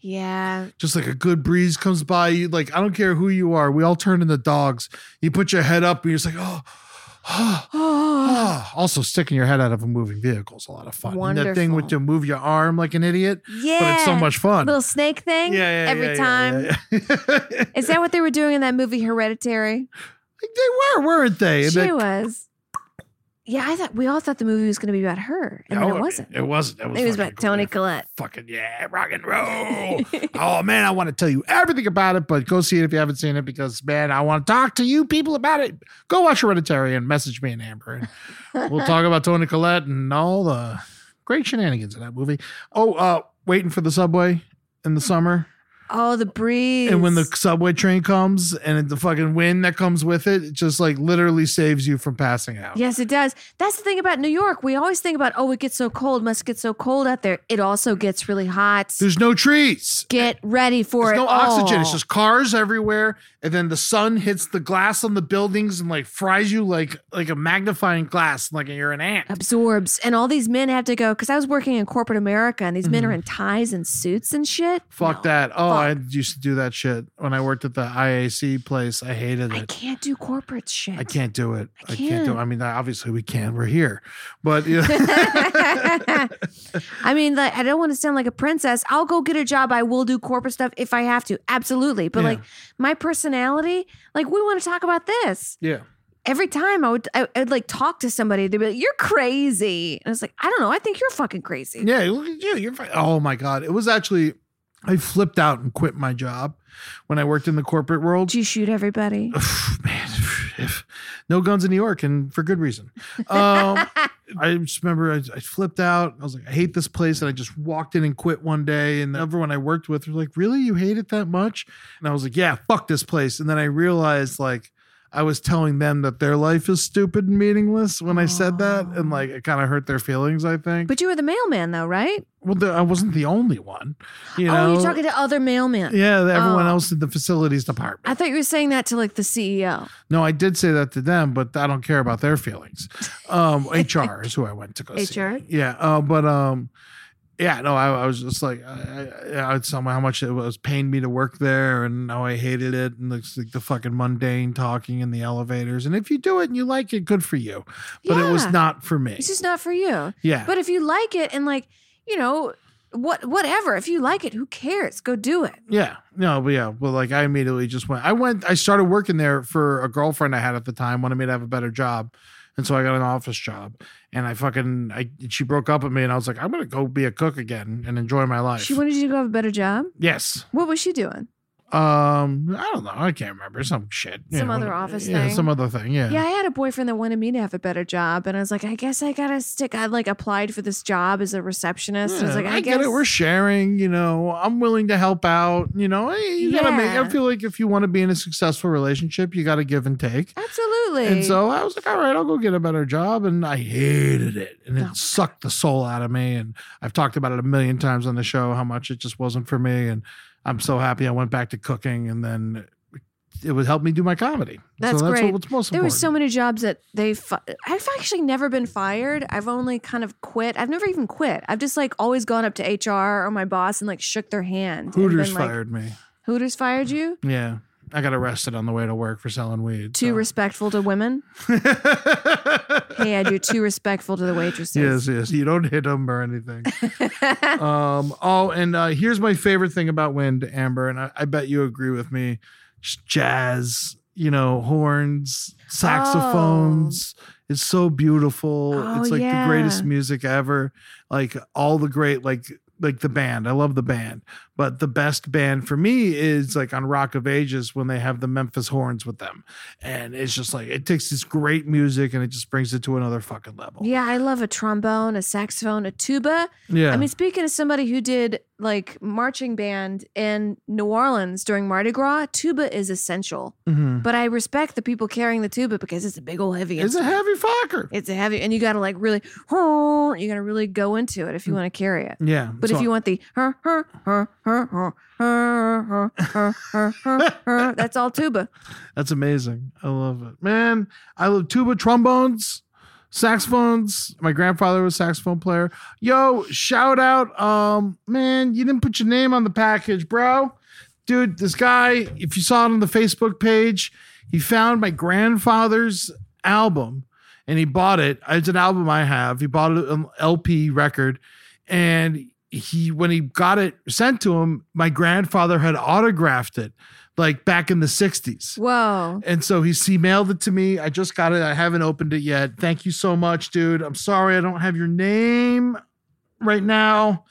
D: Yeah.
E: Just like a good breeze comes by, you like I don't care who you are. We all turn into dogs. You put your head up, and you're just like, oh. oh. also, sticking your head out of a moving vehicle is a lot of fun. And that thing with
D: Wonderful.
E: to move your arm like an idiot.
D: Yeah.
E: But it's so much fun.
D: Little snake thing.
E: Yeah, yeah,
D: every
E: yeah, yeah,
D: time.
E: yeah, yeah.
D: Is that what they were doing in that movie Hereditary?
E: Like, they were, weren't they? And
D: she
E: that-
D: was. Yeah, I thought we all thought the movie was going to be about her, and then
E: No,
D: it wasn't.
E: oh, It wasn't. It was,
D: it was
E: fucking
D: about Tony
E: cool.
D: Collette.
E: Fucking yeah, rock and roll. oh man, I want to tell you everything about it, but go see it if you haven't seen it because man, I want to talk to you people about it. Go watch Hereditary and message me and Amber, and we'll talk about Tony Collette and all the great shenanigans in that movie. Oh, uh, waiting for the subway in the summer,
D: Oh, the breeze.
E: and when the subway train comes and the fucking wind that comes with it, it just like literally saves you from passing out.
D: Yes, it does. That's the thing about New York. We always think about, oh, it gets so cold. Must get so cold out there. It also gets really hot.
E: There's no trees.
D: get ready for
E: There's
D: it.
E: no oxygen. It's
D: all.
E: just cars everywhere, and then the sun hits the glass on the buildings and like fries you like like a magnifying glass, like you're an
D: Uh,
E: ant.
D: absorbs. And all these men have to go because I was working in corporate America, and these men are in ties and suits and shit.
E: Mm-hmm. Fuck
D: No.
E: that. Oh, I used to do that shit when I worked at the IAC place. I hated
D: I
E: it.
D: can't do corporate shit.
E: I can't do it.
D: I
E: I can't do it.
D: can't.
E: I mean, obviously we can. We're here, but you know,
D: I mean, like, I don't want to sound like a princess. I'll go get a job. I will do corporate stuff if I have to. Absolutely. But
E: Yeah.
D: like my personality, like we want to talk about this.
E: yeah.
D: every time I would, I, I'd like talk to somebody. They'd be like, "You're crazy," and I was like, "I don't know. I think you're fucking crazy."
E: Yeah, look at you. You're fine. Oh my god, it was actually. I flipped out and quit my job when I worked in the corporate world.
D: Did you shoot everybody?
E: man, if- no guns in New York, and for good reason. Um, I just remember I, I flipped out. I was like, I hate this place, and I just walked in and quit one day. And everyone I worked with was like, Really, you hate it that much? And I was like, Yeah, fuck this place. And then I realized like. I was telling them that their life is stupid and meaningless when I said that, and like it kind of hurt their feelings. I think.
D: But you were the mailman, though, right?
E: well, the, I wasn't the only one. You know.
D: oh, you're talking to other mailmen.
E: yeah, everyone
D: Oh.
E: else in the facilities department.
D: I thought you were saying that to like the E CEO.
E: No, I did say that to them, but I don't care about their feelings. Um, HR is who I went to go see.
D: HR?
E: Yeah, uh, but um, yeah, no, I, I was just like, I, I, I would tell me how much it was paying me to work there, and how I hated it, and it's like the fucking mundane talking in the elevators. And if you do it and you like it, good for you. But it was
D: Yeah.
E: not for me.
D: It's just not for you.
E: yeah,
D: But if you like it, and like you know, what whatever, if you like it, who cares? Go do it.
E: Yeah. No, but yeah. Well, like I immediately just went. I went, I started working there for a girlfriend I had at the time, wanted me to have a better job. And so I got an office job. And I fucking, I, she broke up with me and I was like, I'm going to go be a cook again and enjoy my life.
D: She wanted you to go have a better job.
E: yes.
D: What was she doing?
E: Um, I don't know. I can't remember. Some shit. You
D: Some
E: know,
D: other
E: whatever.
D: office
E: yeah,
D: thing.
E: Some other thing. Yeah.
D: Yeah, I had a boyfriend that wanted me to have a better job, and I was like, I guess I gotta stick. I like applied for this job as a receptionist. I was
E: Yeah,
D: like, I,
E: I,
D: guess
E: get it. We're sharing, you know. I'm willing to help out, you know. Hey, you gotta make. I
D: Yeah.
E: feel like if you want to be in a successful relationship, you gotta give and take.
D: absolutely.
E: And so I was like, all right, I'll go get a better job. And I hated it. And
D: Oh.
E: it sucked the soul out of me. And I've talked about it a million times on the show how much it just wasn't for me. And I'm so happy I went back to cooking. And then it would help me do my comedy.
D: That's
E: so that's
D: great.
E: what's most
D: there were
E: important.
D: so many jobs that they. Fi- I've actually never been fired. I've only kind of quit. I've never even quit. I've just like always gone up to HR or my boss and like shook their hand. and
E: Hooters
D: been like,
E: fired me.
D: Hooters fired you.
E: Yeah. I got arrested on the way to work for selling weed.
D: Too
E: so.
D: respectful to women. hey, Ed, you're too respectful to the waitresses.
E: Yes, yes. You don't hit them or anything. um, oh, and uh, here's my favorite thing about wind, Amber, and I, I bet you agree with me. Just jazz, you know, horns, saxophones. It's so beautiful.
D: Oh,
E: it's like
D: yeah.
E: the greatest music ever. Like all the great, like like the band. I love the band. But the best band for me is like on Rock of Ages when they have the Memphis horns with them. And it's just like it takes this great music and it just brings it to another fucking level.
D: Yeah, I love a trombone, a saxophone, a tuba.
E: Yeah.
D: I mean, speaking of somebody who did like marching band in New Orleans during Mardi Gras, tuba is essential.
E: Mhm.
D: But I respect the people carrying the tuba because it's a big old heavy.
E: It's a
D: instrument.
E: heavy fucker.
D: It's a heavy, and you got to like really, you got to really go into it if you want to carry it.
E: Yeah.
D: But if
E: Mm. so-
D: you want the, that's all tuba.
E: that's amazing. I love it. Man, I love tuba, trombones, saxophones. My grandfather was a saxophone player. Yo, shout out. Um, man, you didn't put your name on the package, bro. Dude, this guy, if you saw it on the Facebook page, he found my grandfather's album and he bought it. It's an album I have. He bought it an LP record and he when he got it sent to him, my grandfather had autographed it like back in the 60s.
D: Whoa.
E: And so he, he mailed it to me. I just got it. I haven't opened it yet. Thank you so much, dude. I'm sorry I don't have your name right now,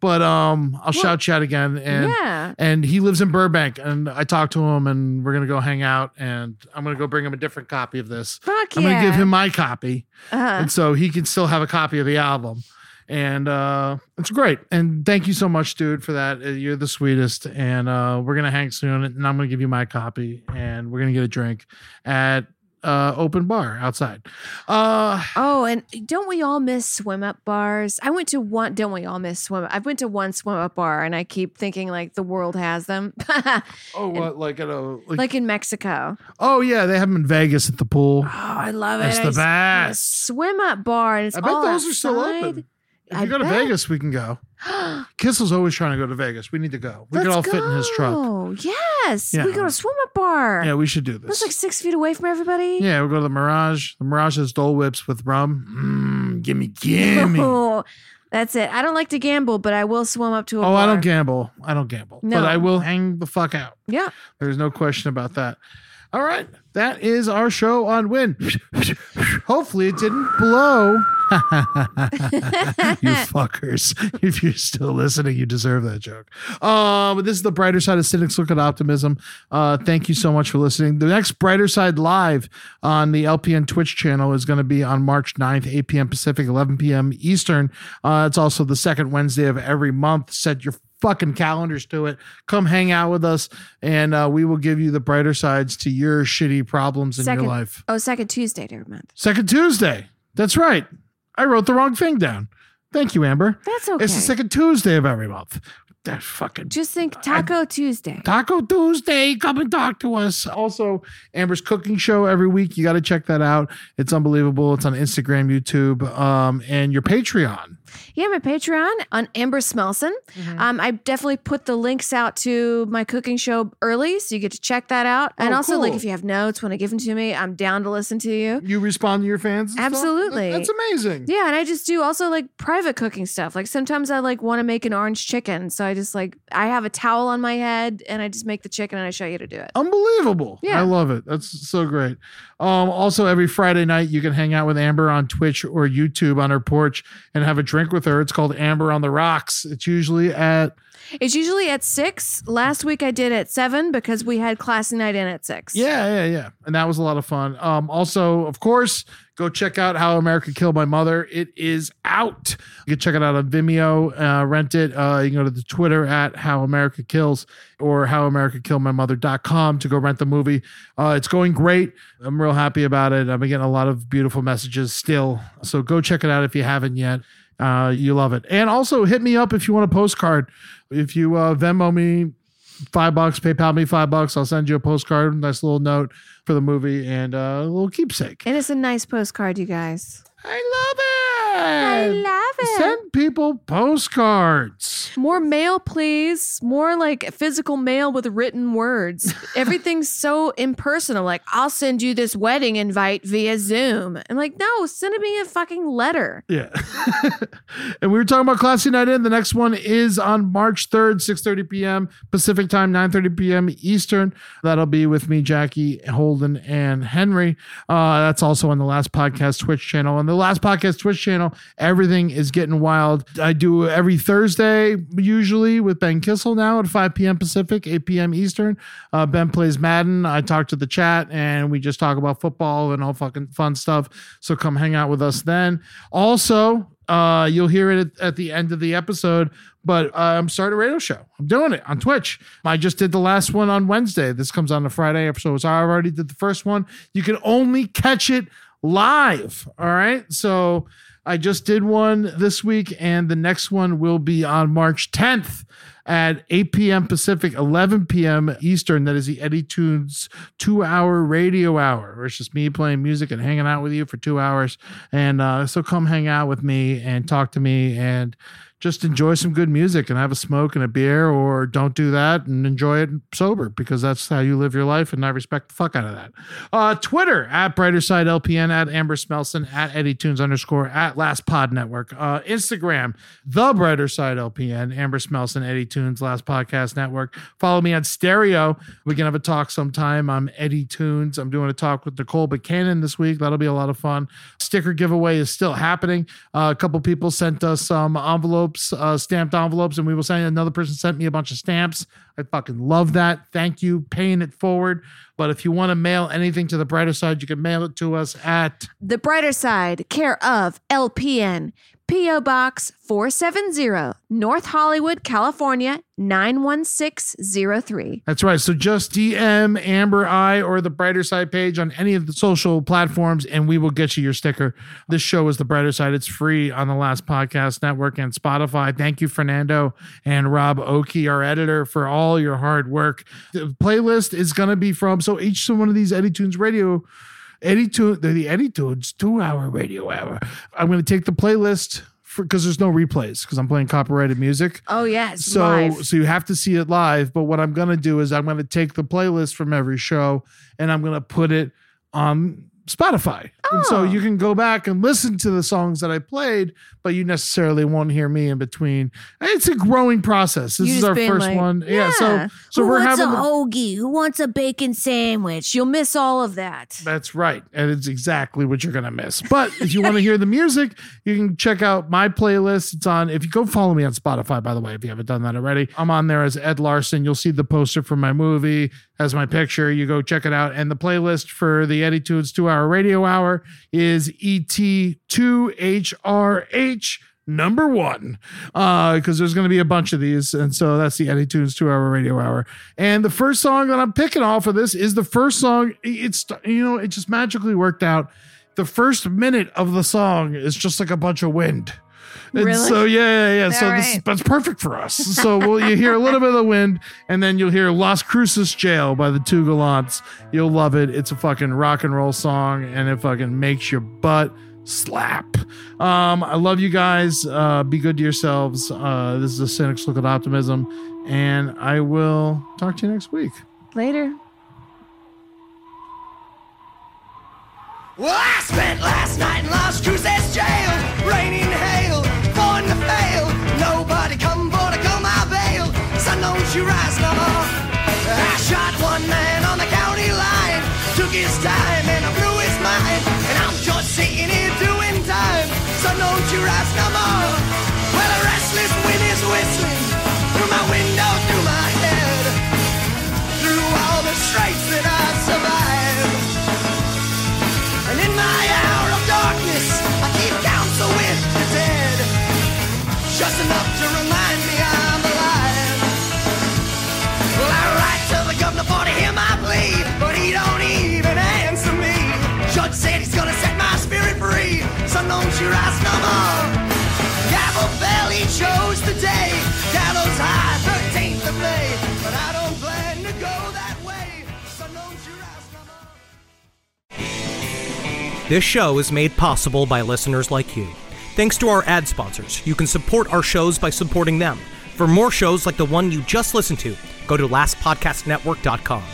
E: but um, I'll shout you out again. And
D: yeah.
E: and he lives in Burbank. And I talked to him, and we're gonna go hang out. And I'm gonna go bring him a different copy of this.
D: Fuck
E: I'm
D: yeah.
E: gonna give him my copy,
D: Uh-huh.
E: and so he can still have a copy of the album. And uh, it's great. And thank you so much, dude, for that. Uh, You're the sweetest. And uh, we're gonna hang soon. And I'm gonna give you my copy, and we're gonna get a drink at uh open bar outside uh
D: Oh, and don't we all miss swim up bars? I went to one. Don't we all miss swim? I went to one swim up bar, and I keep thinking like the world has them,
E: oh what like at a like,
D: like in Mexico.
E: oh yeah they have them in vegas at the pool
D: Oh, I love
E: Ah, That's
D: it.
E: the
D: I s- I
E: best.
D: swim up bar, and it's
E: i bet
D: all
E: those are still
D: outside.
E: open if
D: I
E: you go to
D: bet.
E: vegas we can go Kissel's always trying to go to Vegas. We need to go. We
D: Let's
E: could all fit in his truck.
D: go. Yes,
E: Yeah.
D: we go to swim up bar.
E: Yeah, we should do this.
D: That's like six feet away from everybody.
E: yeah, we'll go to the Mirage. The Mirage has Dole Whips with rum. Mm, gimme, gimme. oh,
D: Oh, that's it. I don't like to gamble, but I will swim up to a bar.
E: Oh, I don't gamble. I don't gamble.
D: No.
E: But I will hang the fuck out.
D: Yeah.
E: There's no question about that. All right. That is our show on Win. Hopefully it didn't blow. you fuckers. If you're still listening, you deserve that joke. Uh, but this is the brighter side of cynics look at optimism. Uh, thank you so much for listening. The next brighter side live on the LPN Twitch channel is going to be on March 9th, 8 p.m. Pacific, 11 p.m. Eastern. Uh, it's also the second Wednesday of every month. Set your fucking calendars to it. Come hang out with us, and uh, we will give you the brighter sides to your shitty problems in
D: Second.
E: your life.
D: Oh, second Tuesday every month.
E: Second Tuesday. That's right. I wrote the wrong thing down. Thank you, Amber.
D: That's okay.
E: It's the second Tuesday of every month. That fucking
D: Just think Taco Tuesday.
E: Taco Tuesday. Come and talk to us. Also, Amber's cooking show every week. You got to check that out. It's unbelievable. It's on Instagram, YouTube, um, and your Patreon.
D: Yeah, my Patreon on Amber Smelson.
E: Mm-hmm.
D: Um, I definitely put the links out to my cooking show early, so you get to check that out. and
E: Oh,
D: also, like,
E: cool.
D: if you have notes, want to give them to me, I'm down to listen to you.
E: You respond to your fans. and stuff?
D: Absolutely.
E: That's amazing.
D: Yeah, and I just do also like private cooking stuff. Like sometimes I like want to make an orange chicken, so I just like I have a towel on my head and I just make the chicken and I show you to do it.
E: Unbelievable.
D: Yeah.
E: I love it. That's so great. Um, also, every Friday night, you can hang out with Amber on Twitch or YouTube on her porch and have a drink with her. It's called Amber on the Rocks. It's usually at,
D: It's usually at six. Last week I did at seven because we had class night in at six.
E: yeah, yeah, yeah. And that was a lot of fun. Um, also, of course, go check out How America Killed My Mother. It is out. You can check it out on Vimeo, uh, rent it. Uh, you can go to the Twitter at How America Kills or howamericakilledmymother.com to go rent the movie. Uh, it's going great. I'm real happy about it. I've been getting a lot of beautiful messages still. So go check it out if you haven't yet. Uh, you love it. And also hit me up if you want a postcard. If you uh, Venmo me five bucks, PayPal me five bucks, I'll send you a postcard, nice little note for the movie and uh, a little keepsake.
D: And it's a nice postcard, you guys.
E: I love
D: I
E: it.
D: love it.
E: Send people postcards.
D: More mail, please. More like physical mail with written words. Everything's so impersonal. Like, I'll send you this wedding invite via Zoom. I'm like, no, send me a fucking letter.
E: Yeah. and we were talking about Classy Night In. The next one is on March 3rd, 6.30 p.m. Pacific time, 9.30 p.m. Eastern. That'll be with me, Jackie, Holden, and Henry. Uh, that's also on the Last Podcast Twitch channel. On the Last Podcast Twitch channel, everything is getting wild. I do every Thursday, usually with Ben Kissel now at 5 p.m. Pacific, 8 p.m. Eastern. Uh, ben plays Madden. I talk to the chat and we just talk about football and all fucking fun stuff. So come hang out with us then. Also, uh, you'll hear it at, at the end of the episode, but uh, I'm starting a radio show. I'm doing it on Twitch. I just did the last one on Wednesday. This comes on a Friday episode. So I already did the first one. You can only catch it live. All right. So I just did one this week, and the next one will be on March 10th at 8 p.m. Pacific, 11 p.m. Eastern. That is the Eddie Tunes two hour radio hour, where it's just me playing music and hanging out with you for two hours. And uh, so come hang out with me and talk to me and just enjoy some good music and have a smoke and a beer, or don't do that and enjoy it sober because that's how you live your life. And I respect the fuck out of that. Uh, Twitter at Brighter Side LPN, at Amber Smelson, at Eddie Tunes underscore, at Last Pod Network. Uh, Instagram, The Brighter Side LPN, Amber Smelson, Eddie Tunes. iTunes, Last Podcast Network. Follow me on stereo. We can have a talk sometime. I'm Eddie Tunes. I'm doing a talk with Nicole Buchanan this week. That'll be a lot of fun. Sticker giveaway is still happening. Uh, a couple people sent us some envelopes, uh, stamped envelopes, and we will send another person sent me a bunch of stamps. I fucking love that. Thank you. Paying it forward. But if you want to mail anything to the brighter side, you can mail it to us at
D: The Brighter Side, care of LPN, P.O. Box 470, North Hollywood, California 91603.
E: That's right. So just DM Amber Eye or the Brighter Side page on any of the social platforms, and we will get you your sticker. This show is the Brighter Side. It's free on the Last Podcast Network and Spotify. Thank you, Fernando and Rob Oakey, our editor, for all your hard work. The playlist is going to be from so each one of these Eddie Tunes radio. Eddie Tunes, the Eddie Tunes two hour radio hour. I'm going to take the playlist for because there's no replays because I'm playing copyrighted music
D: Oh, yes.
E: so
D: live.
E: so you have to see it live but what i'm going to do is i'm going to take the playlist from every show and i'm going to put it on spotify and so
D: Oh.
E: you can go back and listen to the songs that i played but you necessarily won't hear me in between it's a growing process this
D: You
E: is
D: just
E: our
D: being
E: first
D: like,
E: one yeah, so so
D: Who
E: we're
D: wants
E: having
D: a
E: the-
D: hoagie? Who wants a bacon sandwich? You'll miss all of that.
E: That's right. And it's exactly what you're going to miss. But if you want to hear the music, you can check out my playlist. It's on, if you go follow me on Spotify, by the way, if you haven't done that already, I'm on there as Ed Larson. You'll see the poster for my movie as my picture. You go check it out. And the playlist for the Attitudes two hour radio hour is E ET2HRH number one because there's going to be a bunch of these and so that's the Eddie Tunes two hour radio hour and the first song that I'm picking off of this is the first song it's you know it just magically worked out the first minute of the song is just like a bunch of wind and
D: Really?
E: so yeah yeah yeah so
D: All
E: this
D: right.
E: that's perfect for us so we'll you hear a little bit of the wind and then you'll hear Las Cruces Jail by the Two Gallants you'll love it it's a fucking rock and roll song and it fucking makes your butt slap. Um, I love you guys. Uh, be good to yourselves. Uh, this is a cynic's look at optimism, and I will talk to you next week.
D: Later.
H: Well, I spent last night in Las Cruces jail, raining hail, born to fail. Nobody come for to come my bail, son, don't you rise no more. I shot one man on the county line, took his time and I blew his mind. And I'm just sitting here doing time, son, don't you rise no more. Well, a restless wind is whistling through my window, through my head, through all the strikes that I've survived. And in my hour of darkness, I keep counsel with the dead. Just enough to remind me I'm alive. Well, I write to the governor for to hear my plea, but he don't even answer me. Judge said he's gonna set my spirit free, so don't you rise no more. Gavel fell, he chose the day. Gallows high, 13th of May. But I don't plan to go that way, so don't you rise no more.
I: This show is made possible by listeners like you. Thanks to our ad sponsors, you can support our shows by supporting them. For more shows like the one you just listened to, go to lastpodcastnetwork.com.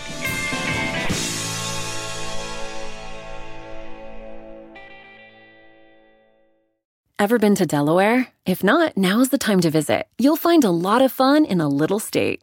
A: Ever been to Delaware? If not, now's the time to visit. You'll find a lot of fun in a little state.